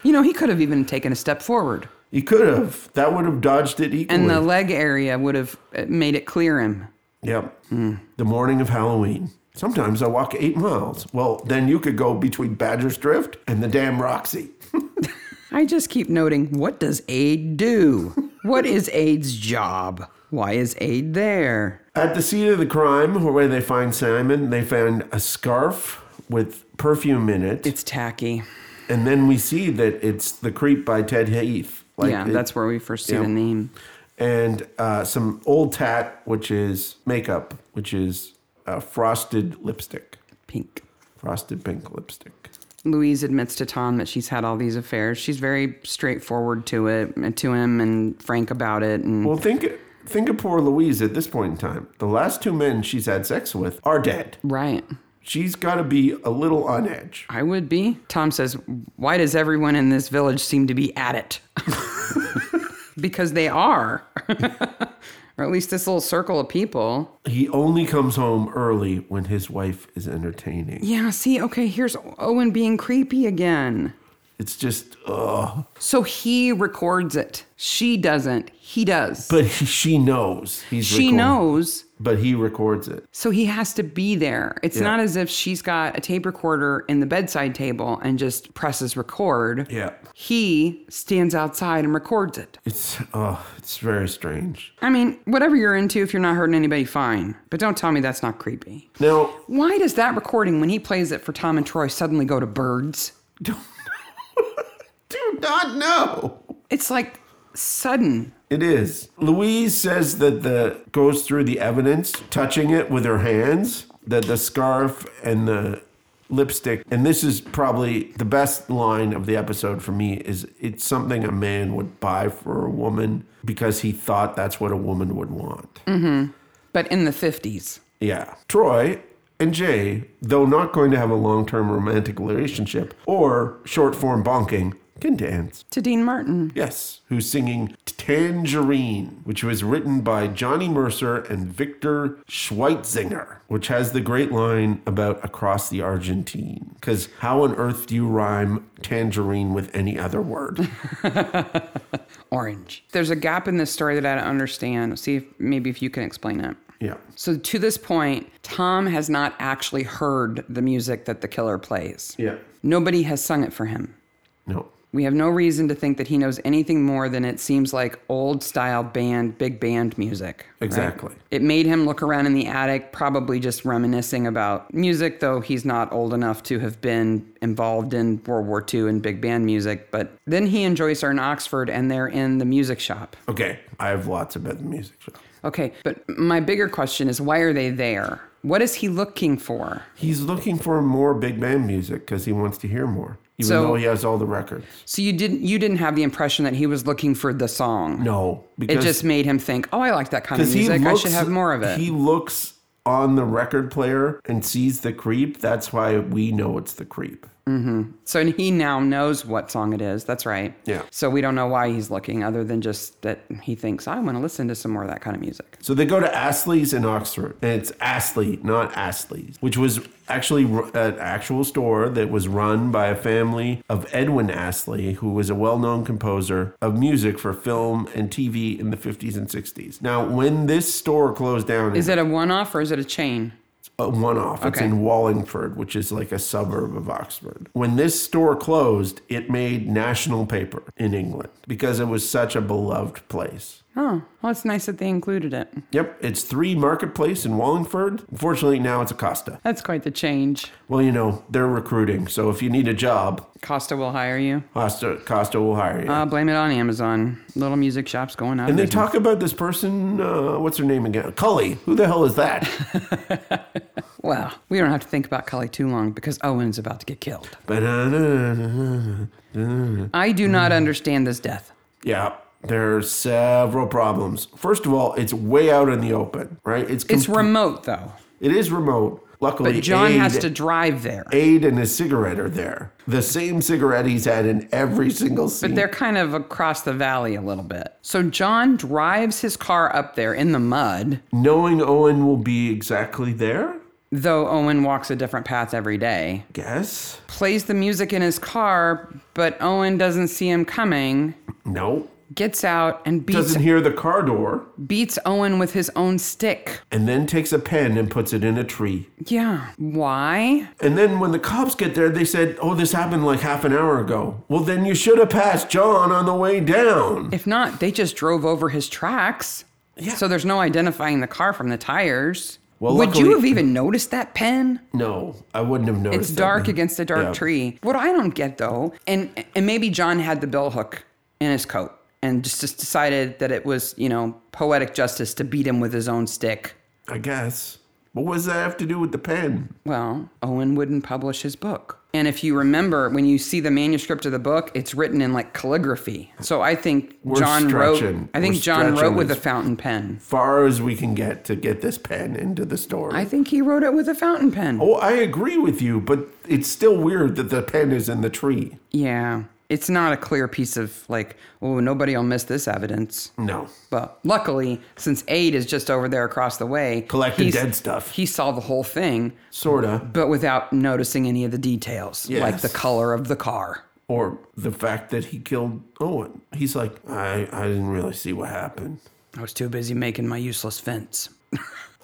B: You know, he could have even taken a step forward,
A: He could have. That would have dodged it equally.
B: and the leg area would have uh, made it clear him.
A: Yep.
B: Mm.
A: The morning of Halloween. Sometimes I walk eight miles. Well, then you could go between Badger's Drift and the damn Roxy.
B: I just keep noting what does aid do? what is aid's job? Why is aid there?
A: At the scene of the crime, where they find Simon, they find a scarf with perfume in it.
B: It's tacky.
A: and then we see that it's The Creep by Ted Heath. Like
B: yeah,
A: it-
B: that's where we first see
A: yeah.
B: the name.
A: And uh, some old tat, which is makeup, which is uh, frosted lipstick,
B: Pink.
A: frosted pink lipstick.
B: Louise admits to Tom that she's had all these affairs. She's very straightforward to it, uh, to him, and frank about it. And
A: Well, think think of poor Louise at this point in time. The last two men she's had sex with are dead.
B: right,
A: She's got to be a little on edge.
B: I would be. Tom says, "Why does everyone in this village seem to be at it?" [laughs] because they are, [laughs] or at least this little circle of people.
A: He only comes home early when his wife is entertaining.
B: Yeah. See, okay, here's Owen being creepy again.
A: It's just, ugh.
B: So he records it. She doesn't. He does.
A: But he, she knows. He's
B: she
A: recording-
B: knows.
A: But he records it.
B: So he has to be there. It's
A: Yeah.
B: not as if she's got a tape recorder in the bedside table and just presses record.
A: Yeah.
B: He stands outside and records it.
A: It's, oh, it's very strange.
B: I mean, whatever you're into, if you're not hurting anybody, fine. But don't tell me that's not creepy.
A: Now, [laughs]
B: Why does that recording, when he plays it for Tom and Troy, suddenly go to birds?
A: do not know.
B: It's like sudden.
A: It is. Louise says that the goes through the evidence, touching it with her hands, that the scarf and the lipstick, and this is probably the best line of the episode for me is it's something a man would buy for a woman because he thought that's what a woman would want.
B: But in the 50s,
A: Yeah. Troy and Jay, though not going to have a long-term romantic relationship or short-form bonking, can dance.
B: to Dean Martin.
A: Yes, who's singing Tangerine, which was written by Johnny Mercer and Victor Schweitzinger, which has the great line about across the Argentine. Because how on earth do you rhyme tangerine with any other
B: [laughs]
A: word?
B: Orange. There's a gap in this story that I don't understand. See if maybe if you can explain it.
A: yeah.
B: So to this point, Tom has not actually heard the music that the killer plays.
A: Yeah.
B: Nobody has sung it for him.
A: No.
B: We have no reason to think that he knows anything more than it seems like old style band, big band music. right?
A: Exactly.
B: It made him look around in the attic, probably just reminiscing about music, though he's not old enough to have been involved in World War II and big band music. But then he and Joyce are in Oxford and they're in the music shop.
A: Okay. I have lots about the music show.
B: Okay, but my bigger question is why are they there? What is he looking for?
A: He's looking for more big band music because he wants to hear more, even
B: So-
A: though he has all the records.
B: So you didn't you didn't have the impression that he was looking for the song.
A: No,
B: It
A: because
B: just made him think, "Oh, I like that kind of
A: Because
B: music. I should have more of it."
A: He looks on the record player and sees the creep. That's why we know it's the creep.
B: So he now knows what song it is. That's right.
A: Yeah.
B: So we don't know why he's looking, other than just that he thinks I want to listen to some more of that kind of music.
A: So they go to Astley's in Oxford, and it's Astley, not Astley's, which was actually r- an actual store that was run by a family of Edwin Astley, who was a well-known composer of music for film and TV in the 50s and 60s. Now, when this store closed down,
B: Is it a one-off or is it a chain?
A: a one off. It's
B: Okay.
A: in Wallingford, which is like a suburb of Oxford. When this store closed, it made national paper in England because it was such a beloved place.
B: Oh, well, it's nice that they included it.
A: Yep, it's three marketplace in Wallingford. Unfortunately, now it's Acosta.
B: That's quite the change.
A: Well, you know, they're recruiting. So if you need a job,
B: Costa will hire you.
A: Costa, Costa will hire you.
B: Uh, blame it on Amazon. Little music shops going out. of
A: and they
B: business.
A: talk about this person, uh, what's her name again? Cully. Who the hell is
B: [laughs]
A: that?
B: well, we don't have to think about Cully too long because Owen's about to get killed.
A: Ba-da-da-da-da.
B: I do not understand this death.
A: yeah, there are several problems. First of all, it's way out in the open, right? It's,
B: It's
A: com-
B: remote though,
A: it is remote. Luckily,
B: but John
A: Aid,
B: has to drive there.
A: Aid and his cigarette are there. The same cigarette he's had in every single scene.
B: But they're kind of across the valley a little bit. So John drives his car up there in the mud,
A: Knowing Owen will be exactly there,
B: though Owen walks a different path every day.
A: guess.
B: Plays the music in his car, but Owen doesn't see him coming.
A: No.
B: Gets out and beats
A: Doesn't hear the car door.
B: beats Owen with his own stick.
A: and then takes a pen and puts it in a tree.
B: Yeah. Why?
A: And then when the cops get there, they said, Oh, this happened like half an hour ago. Well, then you should have passed John on the way down.
B: If not, they just drove over his tracks.
A: Yeah.
B: So there's no identifying the car from the tires.
A: Well,
B: Would
A: luckily-
B: you have even noticed that pen?
A: No, I wouldn't have noticed.
B: It's
A: that.
B: dark against a dark
A: Yeah.
B: tree. What I don't get though, and and maybe John had the bell hook in his coat and just, just decided that it was, you know, poetic justice to beat him with his own stick.
A: I guess. But what does that have to do with the pen?
B: Well, Owen wouldn't publish his book. And if you remember, when you see the manuscript of the book, it's written in like calligraphy. So I think
A: We're
B: John wrote.
A: stretching.
B: I think
A: We're
B: John wrote
A: stretching
B: with a
A: this.
B: fountain pen.
A: Far as we can get to get this pen into the story.
B: I think he wrote it with a fountain pen.
A: oh, I agree with you, but it's still weird that the pen is in the tree.
B: Yeah, it's not a clear piece of like, oh, nobody will miss this evidence.
A: No.
B: But luckily, since Aid is just over there across the way,
A: Collecting
B: he's-
A: dead stuff.
B: He saw the whole thing,
A: Sorta.
B: but without noticing any of the details, like
A: Yes.
B: the color of the car.
A: Or the fact that he killed Owen. He's like, I, I didn't really see what happened.
B: I was too busy making my useless fence. [laughs]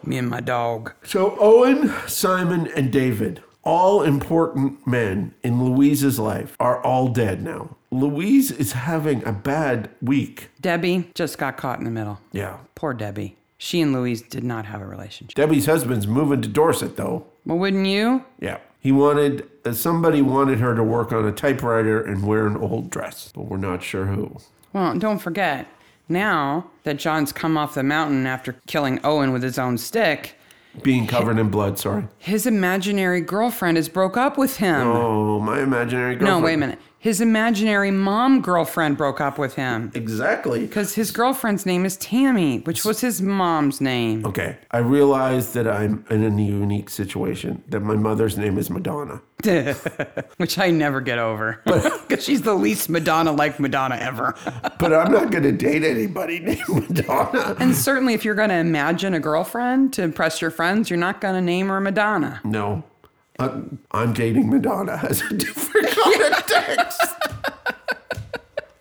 B: Me and my dog.
A: So Owen, Simon, and David, all important men in Louise's life, are all dead now. Louise is having a bad week.
B: Debbie just got caught in the middle.
A: Yeah.
B: Poor Debbie. She and Louise did not have a relationship.
A: Debbie's husband's moving to Dorset, though.
B: Well, wouldn't you?
A: Yeah. He wanted, uh, somebody wanted her to work on a typewriter and wear an old dress, but we're not sure who.
B: Well, don't forget, now that John's come off the mountain after killing Owen with his own stick,
A: Being covered in blood, sorry.
B: his imaginary girlfriend has broke up with him.
A: Oh, my imaginary
B: no,
A: girlfriend.
B: wait a minute. His imaginary mom girlfriend broke up with him
A: Exactly.
B: because his girlfriend's name is Tammy, which was his mom's name.
A: Okay. I realize that I'm in a unique situation, that my mother's name is Madonna.
B: which I never get over [laughs] because she's the least Madonna like Madonna ever.
A: But I'm not going to date anybody [laughs] named Madonna.
B: And certainly, if you're going to imagine a girlfriend to impress your friends, you're not going to name her Madonna.
A: No, I'm, I'm dating Madonna as a different [laughs] context.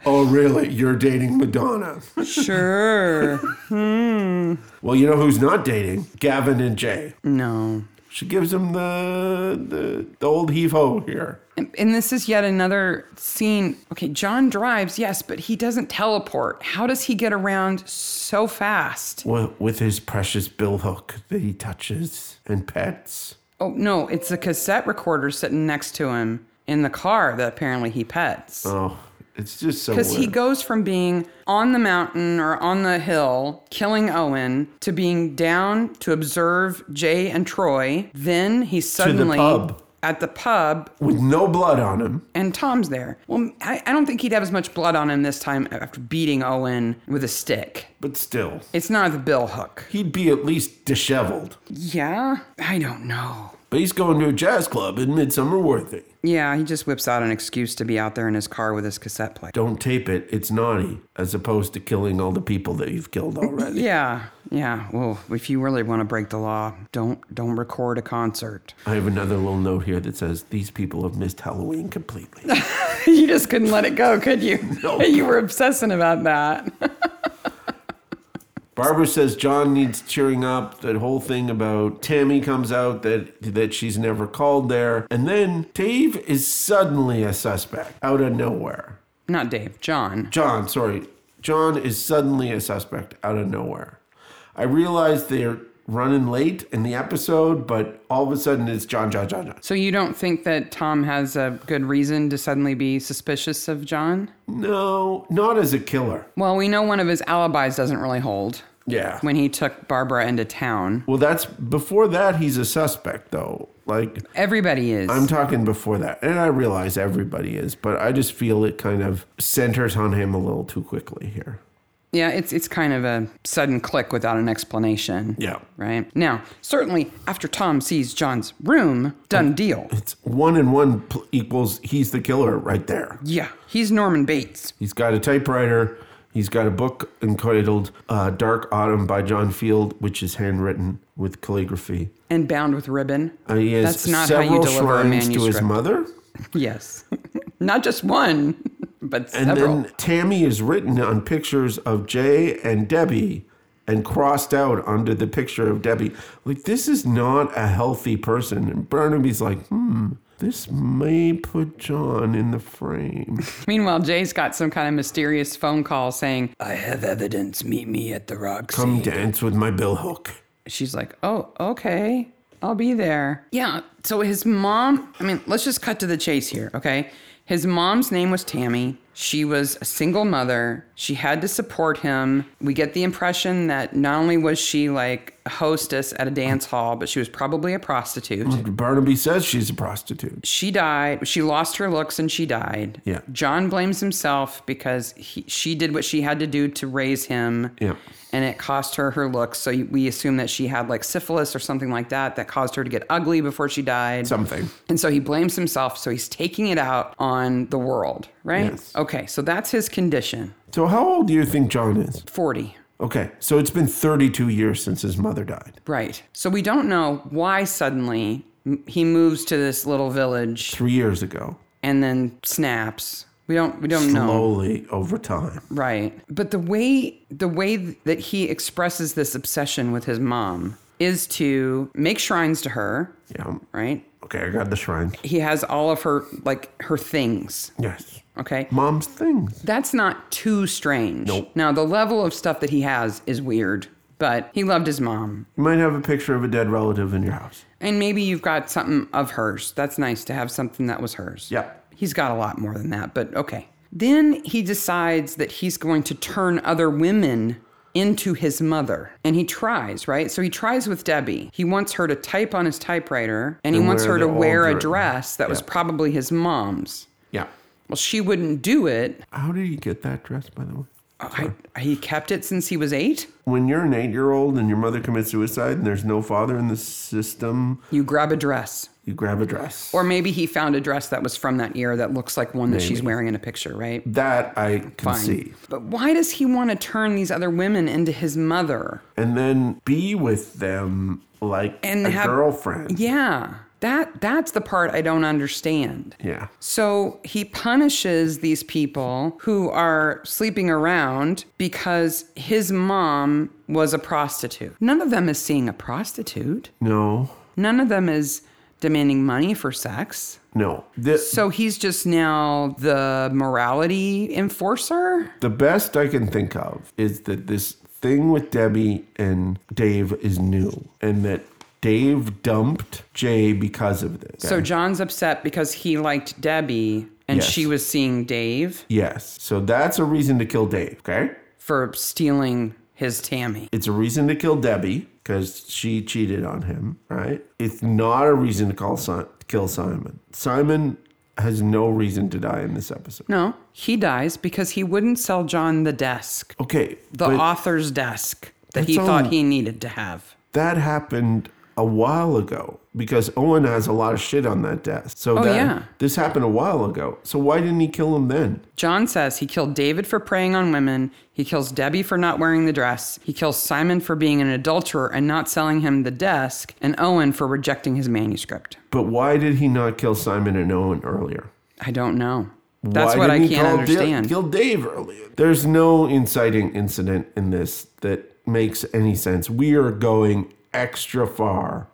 A: oh, really? You're dating Madonna?
B: Sure.
A: Well, you know who's not dating? Gavin and Jay.
B: [laughs] no.
A: She gives him the the, the old heave ho here.
B: And, and this is yet another scene. Okay, John drives, yes, but he doesn't teleport. How does he get around so fast?
A: Well, with his precious bill hook that he touches and pets.
B: Oh, no, it's a cassette recorder sitting next to him in the car that apparently he pets.
A: Oh, it's just so.
B: Because he
A: weird.
B: goes from being on the mountain or on the hill, killing Owen, to being down to observe Jay and Troy. Then he's suddenly
A: pub.
B: at the pub,
A: with no blood on him.
B: and Tom's there. Well, I, I don't think he'd have as much blood on him this time after beating Owen with a stick.
A: But still,
B: It's not the bill hook.
A: he'd be at least disheveled.
B: Yeah, I don't know.
A: But he's going to a jazz club in Midsummer Worthy.
B: Yeah, he just whips out an excuse to be out there in his car with his cassette player.
A: Don't tape it. It's naughty, as opposed to killing all the people that you've killed
B: [laughs]
A: already.
B: Yeah, yeah. Well, if you really want to break the law, don't don't record a concert. [laughs]
A: I have another little note here that says these people have missed Halloween completely.
B: you
A: [laughs]
B: just couldn't let it go, could you?
A: No.
B: you were obsessing about that.
A: Barbara says John needs cheering up. That whole thing about Tammy comes out that that she's never called there, and then Dave is suddenly a suspect out of nowhere.
B: [laughs] Not Dave, John.
A: John, sorry, John is suddenly a suspect out of nowhere. I realize they're running late in the episode, but all of a sudden it's John, John, John, John.
B: So you don't think that Tom has a good reason to suddenly be suspicious of John?
A: No, not as a killer.
B: Well, we know one of his alibis doesn't really hold
A: Yeah.
B: when he took Barbara into town.
A: Well, that's before that he's a suspect though. Like
B: Everybody is.
A: I'm talking before that, and I realize everybody is, but I just feel it kind of centers on him a little too quickly here.
B: yeah, it's it's kind of a sudden click without an explanation.
A: Yeah.
B: Right? Now, certainly after Tom sees John's room, done deal.
A: It's one and one pl- equals he's the killer right there.
B: Yeah. He's Norman Bates.
A: He's got a typewriter. He's got a book entitled uh, Dark Autumn by John Field, which is handwritten with calligraphy.
B: and bound with ribbon.
A: Uh, he has
B: That's not how you
A: several
B: deliver
A: shrines
B: a
A: to
B: manuscript.
A: his mother.
B: Yes. [laughs] not just one, but
A: And
B: several.
A: then Tammy is written on pictures of Jay and Debbie and crossed out under the picture of Debbie. Like, this is not a healthy person. And Barnaby's like, hmm, this may put John in the frame.
B: Meanwhile, Jay's got some kind of mysterious phone call saying,
C: I have evidence. Meet me at the Roxy.
A: Come dance with my bill hook.
B: she's like, oh, okay, I'll be there. Yeah. So his mom, I mean, let's just cut to the chase here, okay? His mom's name was Tammy. She was a single mother. She had to support him. We get the impression that not only was she like a hostess at a dance hall, but she was probably a prostitute.
A: Barnaby says she's a prostitute.
B: she died. She lost her looks and she died.
A: Yeah.
B: John blames himself because he, she did what she had to do to raise him.
A: Yeah.
B: And it cost her her looks. So we assume that she had like syphilis or something like that that caused her to get ugly before she died.
A: Something.
B: And so he blames himself. So he's taking it out on the world, right?
A: Yes.
B: Okay. So that's his condition.
A: So, how old do you think John is?
B: 40.
A: Okay, so it's been 32 years since his mother died.
B: Right. So we don't know why suddenly m- he moves to this little village
A: Three years ago.
B: and then snaps. We don't we don't know.
A: Slowly over time.
B: Right. But the way the way that he expresses this obsession with his mom is to make shrines to her,
A: Yeah.
B: right?
A: Okay, I got the shrine.
B: He has all of her like her things,
A: Yes.
B: okay?
A: Mom's things.
B: That's not too strange. Now, the level of stuff that he has is weird, but he loved his mom.
A: You might have a picture of a dead relative in your house.
B: And maybe you've got something of hers. That's nice to have something that was hers.
A: Yep.
B: He's got a lot more than that, but okay. Then he decides that he's going to turn other women into his mother. And he tries, right? So he tries with Debbie. He wants her to type on his typewriter and he
A: And
B: wants
A: wear
B: her to
A: the old
B: wear a
A: dre-
B: dress that was
A: yeah.
B: probably his mom's.
A: Yeah.
B: Well, she wouldn't do it. Oh,
A: How did he get that dress, by the way?
B: I, he kept it since he was eight.
A: When you're an eight year old and your mother commits suicide and there's no father in the system,
B: You grab a dress.
A: you grab a dress.
B: Or maybe he found a dress that was from that era that looks like one that she's wearing in a picture, right?
A: that I can see.
B: But why does he want to turn these other women into his mother?
A: And then be with them like
B: And
A: a
B: have-
A: girlfriend.
B: Yeah, that that's the part I don't understand.
A: Yeah.
B: So he punishes these people who are sleeping around because his mom was a prostitute. None of them is seeing a prostitute.
A: No.
B: None of them is demanding money for sex.
A: No. This,
B: So he's just now the morality enforcer.
A: The best I can think of is that this thing with Debbie and Dave is new, and that Dave dumped Jay because of this.
B: So John's upset because he liked Debbie and
A: Yes.
B: she was seeing Dave
A: yes, so that's a reason to kill Dave. Okay,
B: for stealing his Tammy.
A: it's a reason to kill Debbie because she cheated on him. Right? It's not a reason to call si- kill Simon. Simon has no reason to die in this episode.
B: No, he dies because he wouldn't sell John the desk,
A: Okay,
B: the
A: but
B: author's desk that he
A: That's
B: thought
A: all-
B: he needed to have.
A: that happened a while ago because Owen has a lot of shit on that desk. So that,
B: Oh, yeah.
A: this happened a while ago. So why didn't he kill him then?
B: John says he killed David for preying on women. He kills Debbie for not wearing the dress. He kills Simon for being an adulterer and not selling him the desk, and Owen for rejecting his manuscript.
A: But why did he not kill Simon and Owen earlier?
B: I don't know. That's
A: Why
B: what I
A: didn't he
B: can't
A: call Da-
B: understand.
A: kill Dave earlier. There's no inciting incident in this that makes any sense. We are going extra far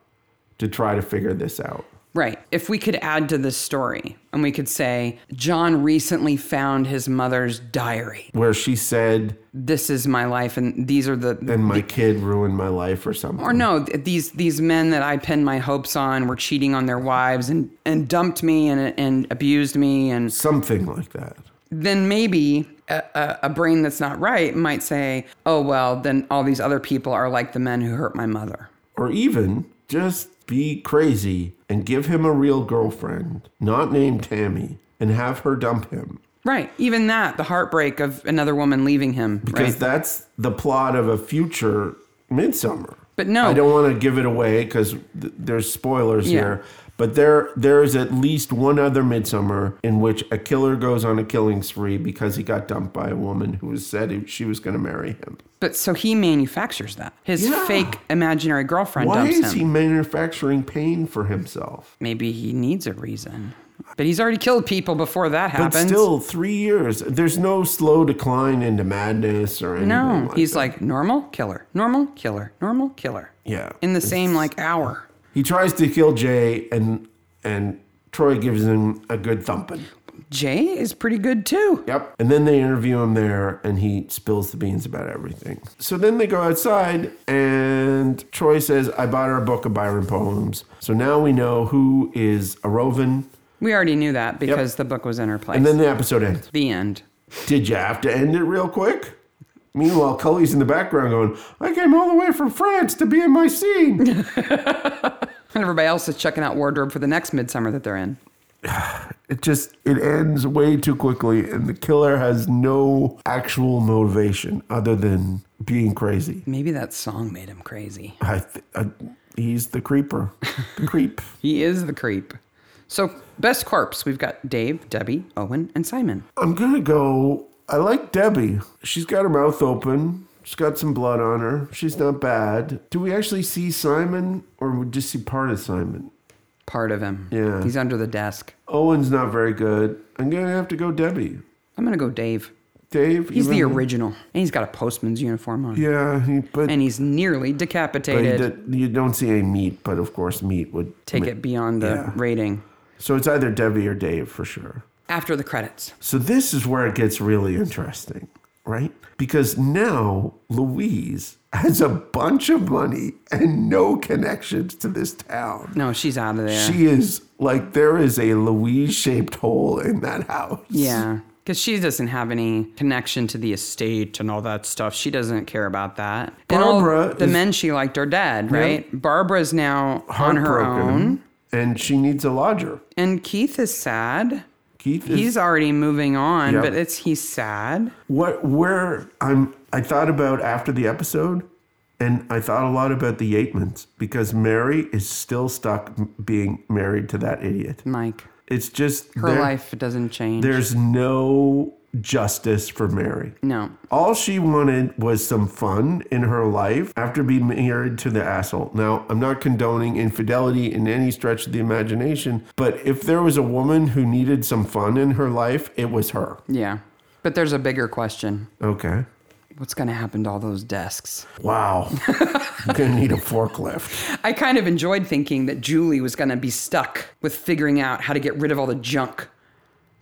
A: to try to figure this out.
B: Right. If we could add to this story and we could say, John recently found his mother's diary.
A: Where she said,
B: This is my life and these are the
A: and my kid ruined my life or something.
B: or no, th- these these men that I pinned my hopes on were cheating on their wives and, and dumped me and and abused me and
A: Something like that.
B: then maybe a, a, a brain that's not right might say, Oh well, then all these other people are like the men who hurt my mother.
A: Or even just be crazy and give him a real girlfriend, not named Tammy, and have her dump him.
B: Right. Even that, the heartbreak of another woman leaving him.
A: Because
B: Right.
A: that's the plot of a future Midsummer.
B: But no.
A: I don't want to give it away because th- there's spoilers
B: Yeah.
A: here. But there, there is at least one other Midsummer in which a killer goes on a killing spree because he got dumped by a woman who said he- she was going to marry him.
B: But so he manufactures that. His
A: Yeah.
B: fake imaginary girlfriend
A: Why
B: dumps
A: is
B: him.
A: he manufacturing pain for himself?
B: Maybe he needs a reason. But he's already killed people before that
A: But
B: happens.
A: still, three years. There's no slow decline into madness or anything.
B: no,
A: like
B: he's
A: that.
B: like normal killer, normal killer, normal killer.
A: Yeah.
B: In the
A: It's-
B: same like hour.
A: He tries to kill Jay, and and Troy gives him a good thumping.
B: Jay is pretty good too.
A: Yep. And then they interview him there, and he spills the beans about everything. So then they go outside, and Troy says, "I bought her a book of Byron poems." So now we know who is a Roven.
B: We already knew that because the book was in her place.
A: And then the episode ends.
B: the end.
A: Did you have to end it real quick? Meanwhile, Cully's in the background going, I came all the way from France to be in my scene.
B: And everybody else is checking out wardrobe for the next midsummer that they're in.
A: it just, it ends way too quickly, and the killer has no actual motivation other than being crazy.
B: Maybe that song made him crazy.
A: I, th- I, he's the creeper, the creep. [laughs]
B: He is the creep. So best corpse, we've got Dave, Debbie, Owen, and Simon.
A: I'm going to go. I like Debbie. She's got her mouth open. She's got some blood on her. She's not bad. Do we actually see Simon, or we just see part of Simon?
B: Part of him.
A: Yeah.
B: He's under the desk.
A: Owen's not very good. I'm gonna have to go Debbie.
B: I'm gonna go Dave.
A: Dave.
B: He's the
A: even-
B: original, and he's got a postman's uniform on,
A: Yeah, he, but,
B: and he's nearly
A: but he
B: decapitated.
A: did- you don't see any meat. But of course, meat would
B: Take it beyond the
A: Yeah.
B: rating.
A: So it's either Debbie or Dave for sure.
B: After the credits,
A: So this is where it gets really interesting, right? Because now Louise has a bunch of money and no connections to this town.
B: no, she's out of there.
A: She is like there is a Louise-shaped hole in that house.
B: yeah, because she doesn't have any connection to the estate and all that stuff. She doesn't care about that. and all
A: Barbara
B: the
A: is-
B: men she liked are dead, right? Barbara's now on her own,
A: Heartbroken, and she needs a lodger.
B: and Keith is sad.
A: Keith is
B: He's already moving on,
A: Yep.
B: but it's he's sad.
A: what where I'm I thought about after the episode and I thought a lot about the Yatemans because Mary is still stuck m- being married to that idiot.
B: Mike,
A: It's just
B: her
A: there-
B: life doesn't change.
A: There's no justice for Mary.
B: No.
A: All she wanted was some fun in her life after being married to the asshole. Now, I'm not condoning infidelity in any stretch of the imagination, but if there was a woman who needed some fun in her life, it was her.
B: Yeah. But there's a bigger question.
A: Okay.
B: What's going to happen to all those desks?
A: Wow. [laughs] I'm going to need a forklift.
B: [laughs] I kind of enjoyed thinking that Julie was going to be stuck with figuring out how to get rid of all the junk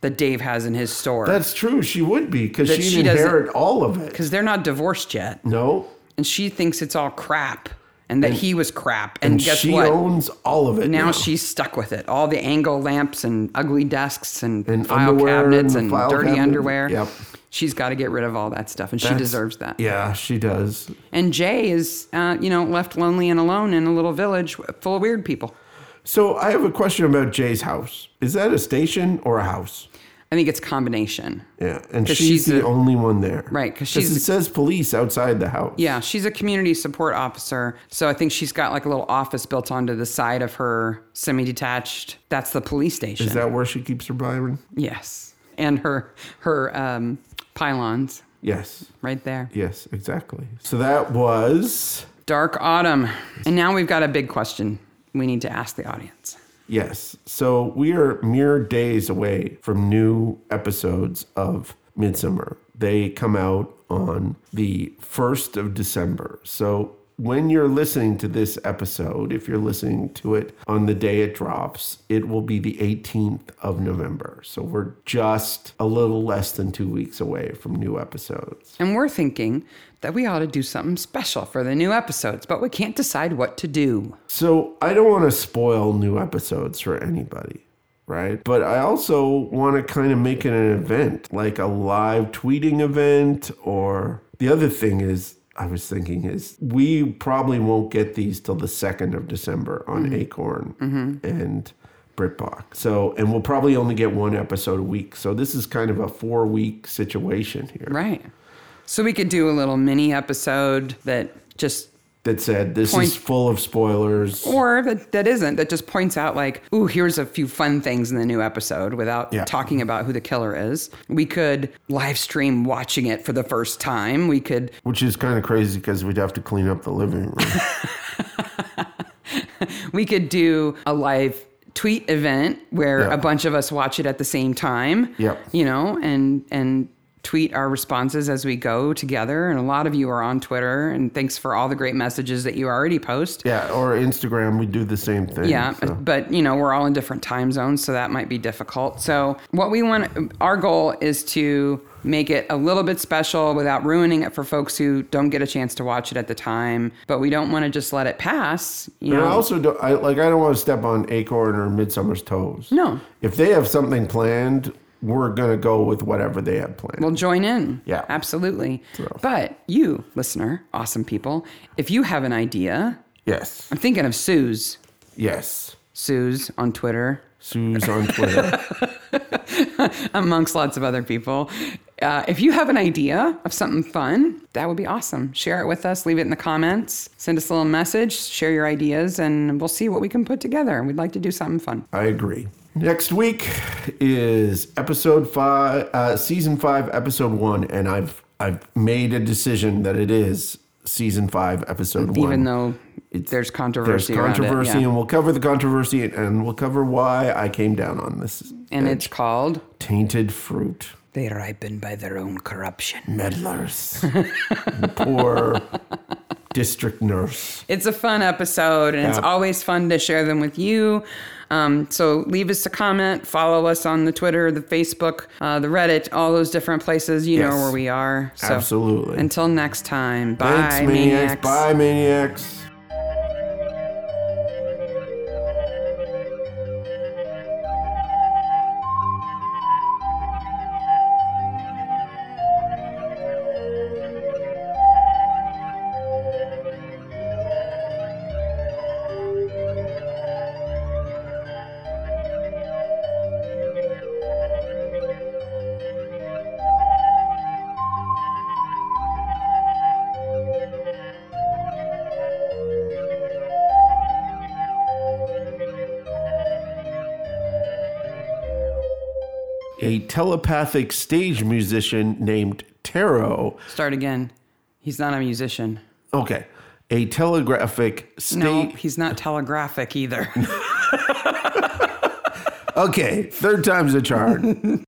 B: that Dave has in his store
A: That's true. She would be because
B: That
A: she'd
B: she doesn't-
A: inherit all of it.
B: because they're not divorced yet.
A: No.
B: And she thinks it's all crap and that he was crap. And,
A: And
B: guess
A: she
B: what?
A: owns all of it.
B: now
A: Now,
B: she's stuck with it. All the angle lamps and ugly desks and,
A: And
B: file
A: underwear
B: cabinets
A: and
B: and,
A: the file
B: dirty
A: cabinet.
B: underwear.
A: Yep.
B: She's got to get rid of all that stuff and she
A: That's-
B: deserves that.
A: Yeah, she does.
B: And Jay is, uh, you know, left lonely and alone in a little village full of weird people.
A: So I have a question about Jay's house. Is that a station or a house?
B: I think it's combination.
A: Yeah, and
B: 'Cause
A: she's,
B: she's
A: the
B: a-
A: only one there.
B: Right, 'cause she's
A: it
B: the-
A: says police outside the house.
B: Yeah, she's a community support officer, so I think she's got like a little office built onto the side of her semi-detached. That's the police station.
A: Is that where she keeps her Byron?
B: yes, and her her um, pylons
A: Yes.
B: right there.
A: Yes, exactly. So that was
B: Dark autumn, and now we've got a big question we need to ask the audience.
A: yes. So we are mere days away from new episodes of Midsummer. They come out on the 1st of December. So when you're listening to this episode, if you're listening to it on the day it drops, it will be the 18th of November. So we're just a little less than two weeks away from new episodes.
B: And we're thinking that we ought to do something special for the new episodes, but we can't decide what to do.
A: So I don't want to spoil new episodes for anybody. Right. But I also want to kind of make it an event, like a live tweeting event. Or the other thing is, I was thinking is we probably won't get these till the 2nd of December on
B: Mm-hmm.
A: Acorn and BritBox. So, and we'll probably only get one episode a week. So this is kind of a four week situation here
B: Right. So we could do a little mini episode that just
A: that said this
B: Point-
A: is full of spoilers.
B: or that, that isn't that just points out like ooh here's a few fun things in the new episode without
A: Yeah.
B: talking about who the killer is we could live stream watching it for the first time we could
A: Which is kind of crazy because we'd have to clean up the living room.
B: we could do a live tweet event where
A: Yeah.
B: a bunch of us watch it at the same time
A: Yep.
B: you know and and tweet our responses as we go together and a lot of you are on twitter and thanks for all the great messages that you already post
A: yeah, or Instagram, we do the same thing.
B: Yeah,
A: so.
B: but you know, we're all in different time zones, so that might be difficult. So, what we want our goal is to make it a little bit special without ruining it for folks who don't get a chance to watch it at the time, but we don't want to just let it pass, you
A: And
B: know.
A: I also don't I, like I don't want to step on Acorn or Midsummer's toes.
B: No.
A: If they have something planned, we're gonna go with whatever they have planned.
B: Well, join in.
A: Yeah.
B: Absolutely. But you, listener, awesome people, if you have an idea,
A: yes.
B: I'm thinking of Suze,
A: Yes.
B: Suze on Twitter,
A: Sue's on
B: [laughs]
A: Twitter.
B: amongst lots of other people. Uh, if you have an idea of something fun, that would be awesome. Share it with us, leave it in the comments, send us a little message, share your ideas, and we'll see what we can put together. We'd like to do something fun.
A: I agree. Next week is episode five, uh, season five, episode one, and I've I've made a decision that it is season five, episode one.
B: Even though
A: It's-
B: there's
A: there's
B: controversy
A: controversy,
B: around it. yeah.
A: and we'll cover the controversy, and we'll cover why I came down on this.
B: And it's called
A: tainted fruit.
C: They ripen by their own corruption.
A: meddlers. [laughs] Poor district nurse.
B: It's a fun episode, and it's
A: Yeah.
B: always fun to share them with you. Um, so leave us a comment, follow us on the Twitter, the Facebook, uh, the Reddit, all those different places. You know
A: Yes.
B: where we are. So
A: Absolutely.
B: Until next time, bye,
A: Thanks, maniacs. Bye, maniacs. A telepathic stage musician named Taro.
B: Start again. He's not a musician.
A: Okay. A telegraphic stage.
B: No, he's not [laughs] telegraphic either.
A: Okay. Third time's a charm.